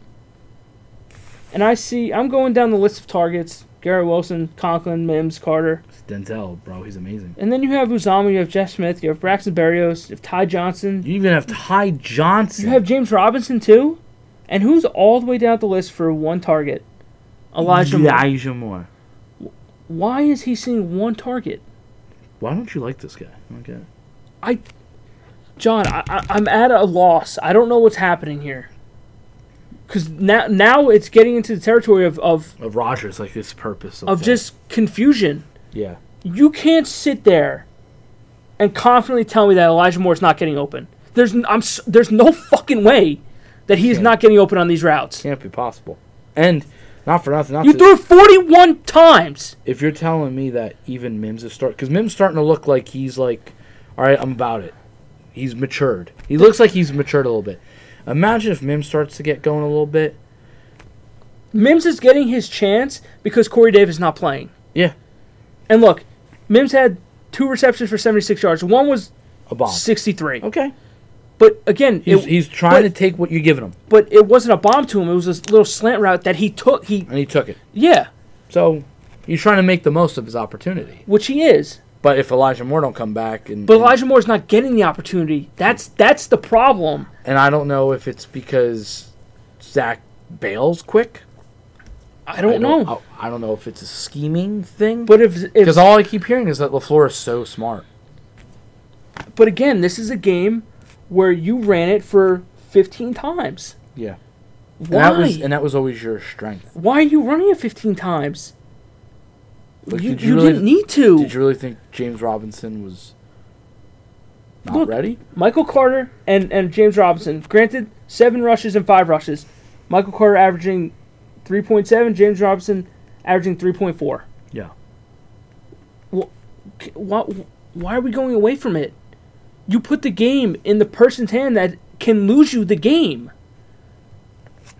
B: And I see I'm going down the list of targets: Garrett Wilson, Conklin, Mims, Carter.
A: It's Denzel, bro, he's amazing.
B: And then you have Uzama, you have Jeff Smith, you have Braxton Berrios, you have Ty Johnson,
A: You even have Ty Johnson.
B: you have James Robinson too, and who's all the way down the list for one target? Elijah. Moore.
A: Elijah Moore.
B: Why is he seeing one target?
A: Why don't you like this guy? Okay.
B: I, John, I, I, I'm at a loss. I don't know what's happening here. Because now, now it's getting into the territory of of,
A: Of Rogers, like this purpose
B: of
A: thing.
B: just confusion.
A: yeah.
B: You can't sit there and confidently tell me that Elijah Moore's not getting open. There's n- I'm s- there's no fucking way that he is
A: Yeah.
B: not getting open on these routes.
A: Can't be possible. And not for nothing. Not
B: You
A: to-
B: threw it 41 times.
A: if you're telling me that even Mims is start because Mims starting to look like he's like, all right, I'm about it. He's matured. He looks like he's matured a little bit. Imagine if Mims starts to get going a little bit.
B: Mims is getting his chance because Corey Davis is not playing.
A: Yeah,
B: And look, Mims had two receptions for 76 yards. One was
A: a bomb.
B: 63.
A: Okay,
B: But again,
A: he's,
B: it,
A: he's trying
B: but-
A: to take what you're giving him,
B: but it wasn't a bomb to him. It was this little slant route that he took. He
A: and he took it.
B: yeah,
A: So he's trying to make the most of his opportunity.
B: which he is.
A: But if Elijah Moore don't come back, and
B: But Elijah Moore's not getting the opportunity. That's that's the problem.
A: and I don't know if it's because Zach bails quick.
B: I don't,
A: I don't
B: know.
A: I, I don't know if it's a scheming thing.
B: But if, if
A: because all I keep hearing is that Lafleur is so smart.
B: but again, this is a game where you ran it for 15 times.
A: Yeah.
B: Why?
A: And that was and that was always your strength.
B: Why are you running it 15 times?
A: Like,
B: you
A: did
B: did
A: you
B: you
A: really-
B: didn't need to.
A: Did you really think James Robinson was not
B: Look-
A: ready?
B: Michael Carter and, and James Robinson. Granted, seven rushes and five rushes. Michael Carter averaging 3.7, James Robinson averaging 3.4.
A: Yeah.
B: K- Why, why are we going away from it? You put the game in the person's hand that can lose you the game.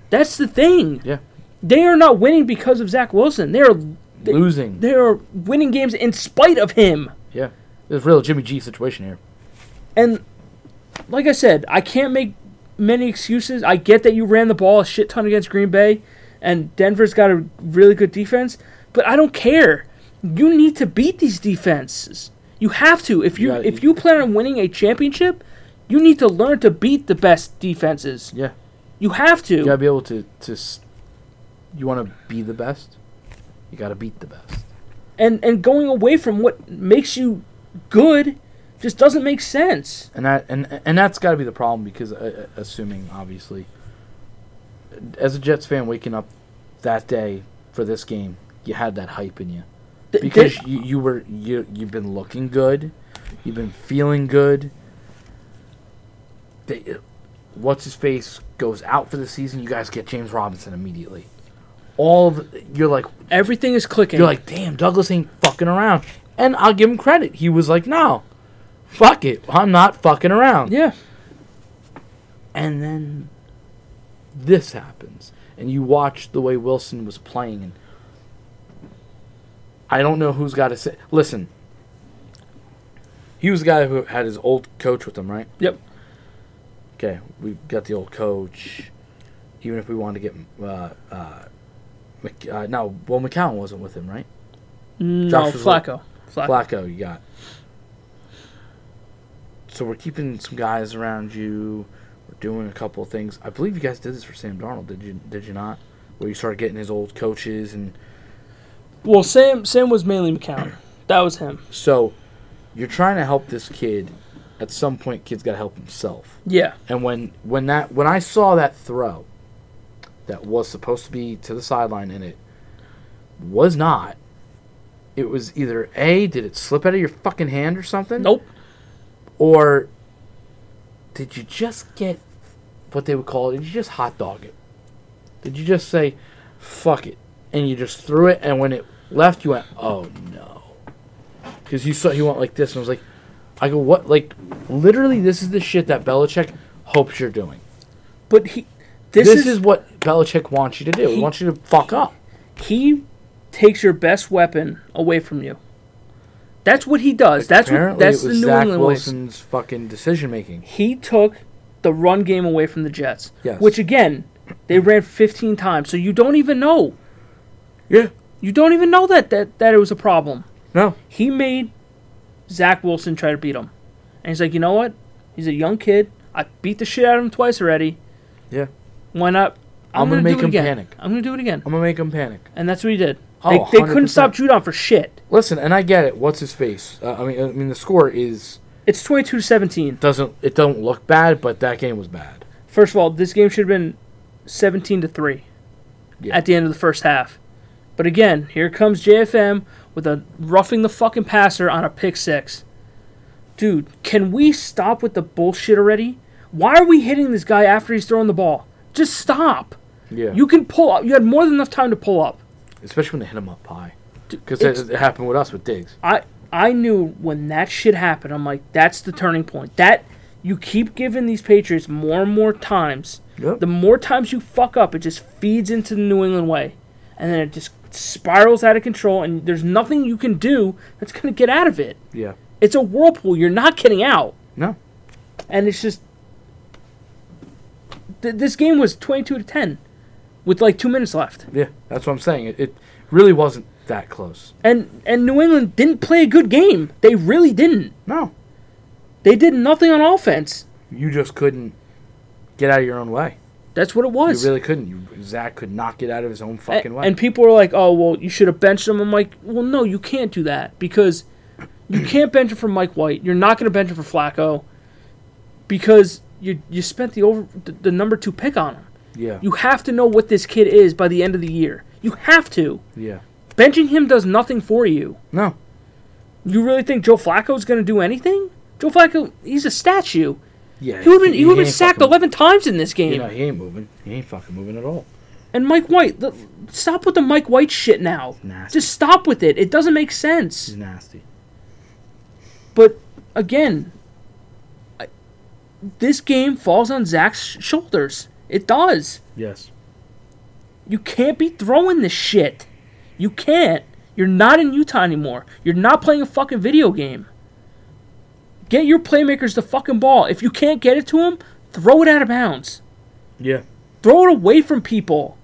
B: That's the thing.
A: Yeah.
B: They are not winning because of Zach Wilson. They are they,
A: Losing.
B: they are winning games in spite of him.
A: yeah. It's a real Jimmy G situation here.
B: And like I said, I can't make many excuses. I get that you ran the ball a shit ton against Green Bay, and Denver's got a really good defense, but I don't care. You need to beat these defenses. You have to. If you
A: Yeah,
B: if you plan on winning a championship, you need to learn to beat the best defenses.
A: Yeah.
B: You have to.
A: You gotta be able to to. s- You want to be the best. You gotta beat the best.
B: and and going away from what makes you good Just doesn't make sense.
A: and that and and that's got to be the problem because uh, uh, assuming obviously, as a Jets fan, waking up that day for this game, you had that hype in you
B: Th-
A: because
B: th-
A: you, you were you you've been looking good, you've been feeling good. They, uh, what's his face goes out for the season. You guys get James Robinson immediately. All of, you're like
B: everything is clicking.
A: you're like, damn, Douglas ain't fucking around. And I'll give him credit. He was like, no, fuck it, I'm not fucking around.
B: yeah,
A: And then this happens. And you watch the way Wilson was playing. And I don't know who's got to say. Listen, he was the guy who had his old coach with him, right?
B: yep.
A: Okay, we got the old coach. Even if we wanted to get. Uh, uh, Mc, uh, no, well, McCown wasn't with him, right?
B: No,
A: Josh was like-
B: Flacco. Flacco.
A: Flacco, you got. So we're keeping some guys around you. We're doing a couple of things. I believe you guys did this for Sam Darnold, did you? Did you not? Where you started getting his old coaches, and
B: Well, Sam Sam was mainly McCown. That was him.
A: so you're trying to help this kid. At some point, kid's got to help himself.
B: Yeah.
A: And when when that when I saw that throw, that was supposed to be to the sideline, and it was not. It was either a did it slip out of your fucking hand or something?
B: Nope.
A: or did you just get what they would call it? Did you just hot dog it? Did you just say, "Fuck it," and you just threw it? And when it left, you went, "Oh no," because you saw he went like this, and I was like, "I go what?" Like literally, this is the shit that Belichick hopes you're doing.
B: But he. This,
A: This,
B: is,
A: is, what Belichick wants you to do.
B: He-
A: he wants you to fuck up.
B: he takes your best weapon away from you. That's what he does. That's what
A: Apparently,
B: that's
A: it
B: the
A: was
B: New
A: Zach
B: England way.
A: Wilson's fucking decision making.
B: he took the run game away from the Jets.
A: Yes.
B: Which again, they ran 15 times, so you don't even know.
A: Yeah.
B: You don't even know that that, that it was a problem.
A: No.
B: He made Zach Wilson try to beat him, and he's like, you know what? He's a young kid. I beat the shit out of him twice already.
A: Yeah.
B: Why not?
A: I'm gonna
B: do
A: make
B: it
A: him
B: again.
A: panic.
B: I'm gonna do it again,
A: I'm gonna make him panic.
B: and that's what he did.
A: Oh,
B: they, they couldn't
A: 100%.
B: stop Judon for shit.
A: Listen, and I get it. What's his face? Uh, I mean, I mean, the score is
B: It's 22 to 17.
A: doesn't it don't look bad, but that game was bad.
B: First of all, this game should have been 17 to 3
A: Yeah.
B: at the end of the first half. But again, here comes JFM with a roughing the fucking passer on a pick six. Dude, can we stop with the bullshit already? Why are we hitting this guy after he's throwing the ball? Just stop.
A: Yeah,
B: You can pull up. You had more than enough time to pull up.
A: especially when they hit him up high, because
B: it's-
A: it, it happened with us with Diggs.
B: I I knew when that shit happened. I'm like, that's the turning point. That you keep giving these Patriots more and more times.
A: Yep.
B: The more times you fuck up, it just feeds into the New England way, and then it just spirals out of control. And there's nothing you can do that's gonna get out of it.
A: Yeah,
B: It's a whirlpool. You're not getting out,
A: no,
B: and it's just. Th- this game was 22 to 10, with like two minutes left,
A: yeah, that's what I'm saying. It, it really wasn't that close.
B: and and New England didn't play a good game. They really didn't.
A: No,
B: They did nothing on offense.
A: you just couldn't get out of your own way.
B: That's what it
A: You
B: was.
A: really couldn't. You, Zach could not get out of his own
B: A-
A: fucking way.
B: And people are like, "Oh, well, you should have benched him." I'm like, "Well, no, you can't do that because you can't bench him for Mike White. You're not going to bench him for Flacco because you you spent the over the, the number two pick on him.
A: yeah,
B: You have to know what this kid is by the end of the year. You have to.
A: yeah,
B: Benching him does nothing for you.
A: no,
B: You really think Joe Flacco's going to do anything? Joe Flacco, he's a statue.
A: yeah.
B: He would have been, he would've been
A: ain't
B: sacked
A: fucking-
B: 11 times in this game.
A: You know, he ain't moving. He ain't fucking moving at all.
B: And Mike White, the, stop with the Mike White shit now.
A: Nasty.
B: Just stop with it. It doesn't make sense.
A: He's nasty.
B: But again, I, this game falls on Zach's sh- shoulders. It does.
A: Yes.
B: You can't be throwing this shit. You can't. You're not in Utah anymore. You're not playing a fucking video game. Get your playmakers the fucking ball. If you can't get it to them, throw it out of bounds.
A: Yeah.
B: Throw it away from people.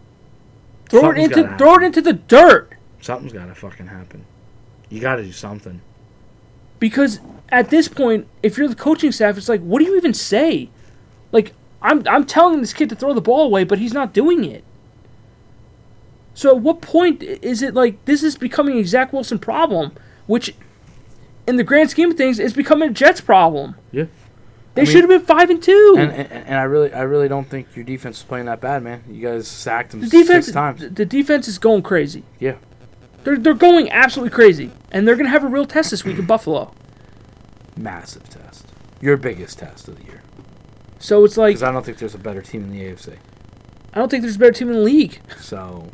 B: Throw
A: Something's
B: it into
A: gotta
B: throw it
A: happen.
B: into the dirt.
A: Something's gotta fucking happen. You gotta do something.
B: because at this point, if you're the coaching staff, it's like, what do you even say? Like, I'm I'm telling this kid to throw the ball away, but he's not doing it. So at what point i- is it like this is becoming a Zach Wilson problem, which in the grand scheme of things, it's becoming a Jets problem.
A: Yeah.
B: They
A: I mean-
B: should have been five and two.
A: And, and and I really I really don't think your defense is playing that bad, man. You guys sacked them
B: the defense,
A: six times.
B: the defense is going crazy.
A: Yeah.
B: They're they're going absolutely crazy, and they're gonna have a real test this week in Buffalo.
A: Massive test. Your biggest test of the year.
B: So it's like
A: Because I don't think there's a better team in the AFC.
B: I don't think there's a better team in the league.
A: So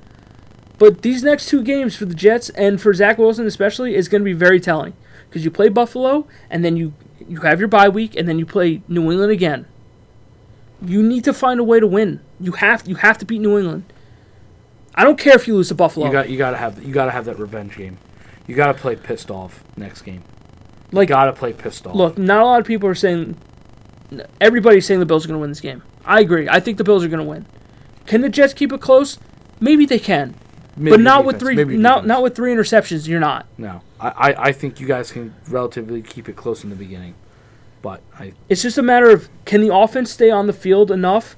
B: But these next two games for the Jets and for Zach Wilson especially is going to be very telling because you play Buffalo and then you you have your bye week and then you play New England again. You need to find a way to win. You have you have to beat New England. I don't care if you lose to Buffalo.
A: you got you gotta have you gotta have that revenge game. You gotta play pissed off next game.
B: like
A: Gotta play pissed off.
B: look, not a lot of people are saying. Everybody's saying the Bills are going to win this game. I agree. I think the Bills are going to win. Can the Jets keep it close? Maybe they can,
A: Maybe
B: but not with
A: defense,
B: three.
A: maybe
B: Not
A: defense.
B: not with three interceptions. You're not.
A: No, I, I, I think you guys can relatively keep it close in the beginning, but I
B: It's just a matter of can the offense stay on the field enough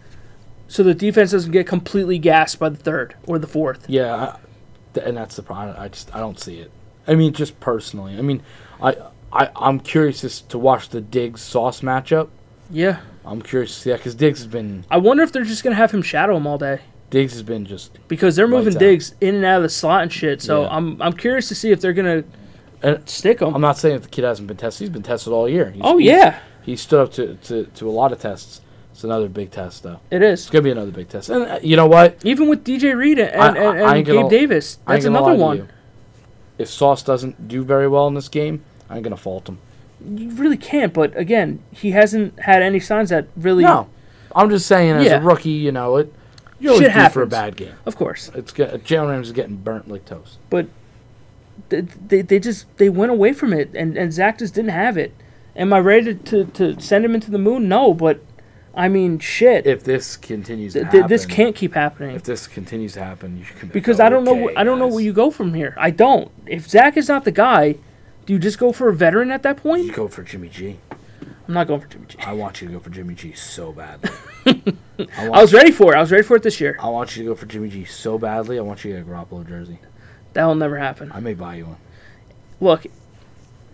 B: so the defense doesn't get completely gassed by the third or the fourth.
A: yeah, I, th- and that's the problem. I just I don't see it. I mean, just personally. I mean, I I I'm curious as to watch the Diggs Sauce matchup.
B: Yeah.
A: I'm curious to see that because Diggs has been
B: I wonder if they're just going to have him shadow him all day
A: Diggs has been just
B: because they're moving
A: Lights out.
B: digs in and out of the slot and shit. So
A: Yeah. Uh,
B: I'm I'm curious to see if they're going to
A: And-
B: stick him.
A: I'm not saying that the kid hasn't been tested. He's been tested all year. He's-
B: oh
A: he's-
B: yeah,
A: he stood up to, to, to a lot of tests. It's another big test though.
B: it is.
A: It's gonna be another big test. And uh, you know what?
B: Even with DJ Reed and,
A: I-
B: and,
A: I-
B: and,
A: I ain't
B: Gabe
A: gonna-
B: Davis,
A: I ain't
B: that's
A: gonna
B: another
A: lie to you.
B: one.
A: If Sauce doesn't do very well in this game, I'm gonna fault him.
B: You really can't. But again, he hasn't had any signs that really.
A: No, I'm just saying as
B: Yeah.
A: a rookie, you know it. You
B: Shit
A: always due for a
B: happens.
A: bad game.
B: Of course,
A: It's get, Jalen Ramsey's getting burnt like toast.
B: but they, they, they just they went away from it, and, and Zach just didn't have it. Am I ready to, to, to send him into the moon? No, but I mean, shit,
A: If this continues,
B: Th-
A: to
B: th- this
A: happen-
B: can't keep happening
A: If this continues to happen, you can
B: because I don't know wh- I don't know where you go from here. I don't. If Zach is not the guy, do you just go for a veteran at that
A: You
B: point?
A: go for Jimmy G.
B: I'm not going for Jimmy G.
A: I want you to go for Jimmy G so
B: (laughs)
A: badly. I, want,
B: I was ready for it. I was ready for it this year.
A: I want you to go for Jimmy G so badly. I want you to get a Garoppolo jersey.
B: That'll never happen.
A: I may buy you one.
B: Look,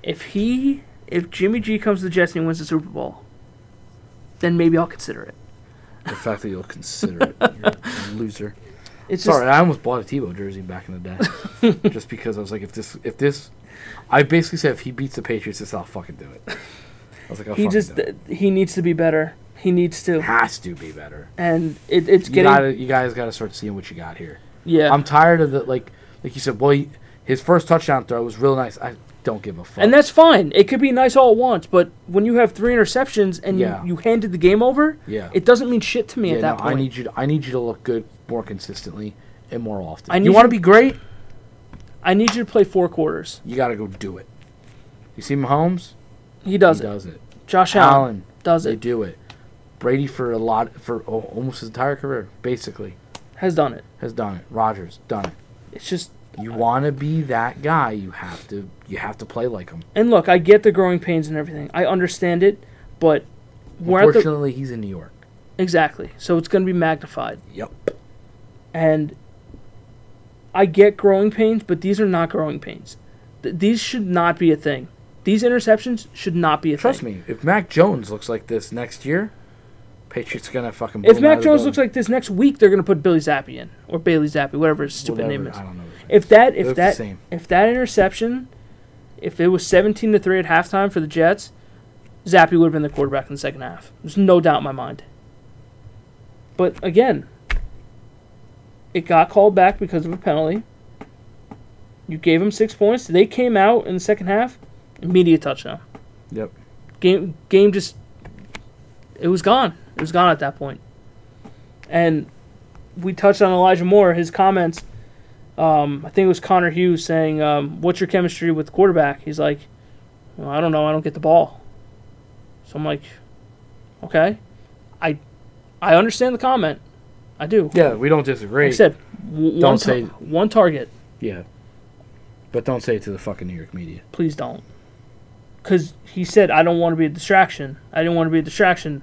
B: if he, if Jimmy G comes to the Jets and he wins the Super Bowl, then maybe I'll consider it.
A: The fact that you'll consider it,
B: (laughs)
A: you're a loser.
B: It's just,
A: Sorry, I almost bought a Tebow jersey back in the
B: (laughs)
A: day, just because I was like, if this, if this, I basically said if he beats the Patriots, this I'll fucking do it. I was like, I'll
B: he
A: fucking
B: just
A: do it.
B: he needs to be better. He needs to,
A: has to be better.
B: and it, it's
A: You,
B: getting
A: gotta, you guys got to start seeing what you got here.
B: yeah.
A: I'm tired of the like, like you said, boy, his first touchdown throw was real nice. I don't give a fuck.
B: and that's fine. It could be nice all at once, but when you have three interceptions and
A: Yeah.
B: you, you handed the game over,
A: yeah,
B: it doesn't mean shit to me
A: yeah.
B: at that
A: no,
B: point.
A: I need you. To, I need you to look good more consistently and more often.
B: I need
A: you want to
B: you-
A: be great?
B: I need you to play four quarters.
A: You got to go do it. You see Mahomes?
B: He does
A: he
B: it.
A: does it.
B: Josh Allen
A: Allen.
B: does
A: They
B: it.
A: do it. Brady for a lot for al- almost his entire career, basically,
B: Has done it.
A: has done it. Rogers done it.
B: It's just
A: You want to be that guy, you have to you have to play like him.
B: and look, I get the growing pains and everything. I understand it, but we're at the
A: Unfortunately, he's in New York.
B: Exactly. So it's going to be magnified.
A: Yep.
B: And I get growing pains, but these are not growing pains. Th- these should not be a thing. These interceptions should not be a
A: Trust
B: thing.
A: me, if Mac Jones looks like this next year, Patriots gonna fucking.
B: If Mac Jones looks like this next week, they're going to put Billy Zappi in or Bailey Zappi, whatever his stupid name is.
A: I don't know. his name.
B: If that if
A: They're the
B: that
A: same.
B: if that interception, if it was seventeen to three at halftime for the Jets, Zappi would have been the quarterback in the second half. There's no doubt in my mind. But again, it got called back because of a penalty. You gave them six points. They came out in the second half, immediate touchdown.
A: Yep.
B: Game game just it was gone. It was gone at that point. And we touched on Elijah Moore, his comments. Um, I think it was Connor Hughes saying, um, "What's your chemistry with the quarterback?" He's like, well, "I don't know. I don't get the ball." So I'm like, "Okay, I, I understand the comment. I do."
A: Yeah, we don't disagree.
B: Like I said, w- one,
A: Don't
B: ta-
A: say-
B: one target.
A: yeah, but don't say it to the fucking New York media.
B: Please don't, because he said, "I don't want to be a distraction. I didn't want to be a distraction."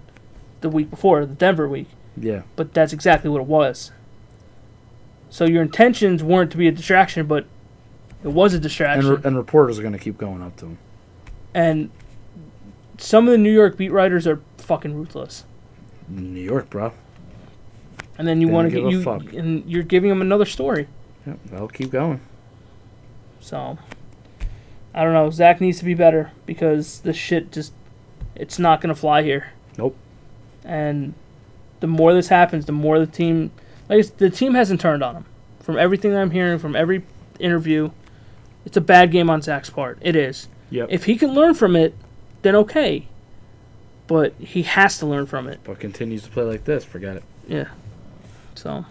B: The week before, the Denver week.
A: Yeah.
B: but that's exactly what it was. So your intentions weren't to be a distraction, but it was a
A: And,
B: distraction.
A: re- and reporters are gonna keep going up to him.
B: and some of the New York beat writers are fucking ruthless.
A: New York, bro.
B: And then you
A: They
B: want to
A: don't
B: get you
A: give a fuck.
B: and you're giving them another story.
A: Yep, I'll keep going.
B: So I don't know. Zach needs to be better because this shit just it's not gonna fly here.
A: Nope.
B: And the more this happens, the more the team like it's, the team hasn't turned on him. From everything I'm hearing, from every interview, it's a bad game on Zach's part. It is.
A: Yep.
B: If he can learn from it, then okay. But he has to learn from it.
A: but continues to play like this, forget it.
B: Yeah. So. All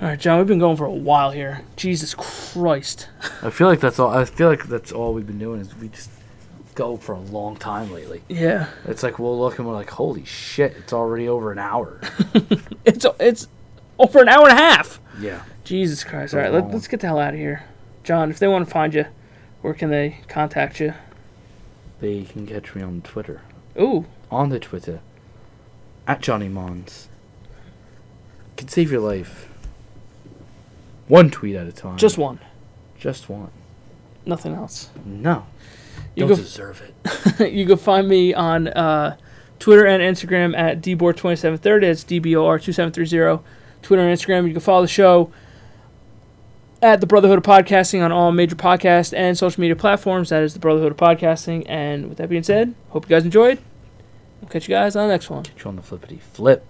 B: right, John. We've been going for a while here. Jesus Christ.
A: I feel like that's all. I feel like that's all we've been doing is we just go for a long time lately.
B: Yeah.
A: It's like we'll look and we're like, holy shit, it's already over an hour.
B: It's it's over an hour and a half.
A: yeah.
B: Jesus Christ.
A: a
B: All right. Let,
A: long
B: let's get the hell out of here, John. If they want to find you, where can they contact you?
A: They can catch me on Twitter,
B: Ooh.
A: on the Twitter, at Johnny Mons. Can save your life. One tweet at a time.
B: Just one.
A: Just one.
B: Nothing else.
A: No.
B: You
A: don't
B: go-
A: deserve it.
B: (laughs) you can find me on uh, Twitter and Instagram at dbor2730. That's dbor2730. Twitter and Instagram. You can follow the show at the Brotherhood of Podcasting on all major podcast and social media platforms. That is the Brotherhood of Podcasting. And with that being said, hope you guys enjoyed. We'll catch you guys on the next one.
A: Catch you on the flippity flip.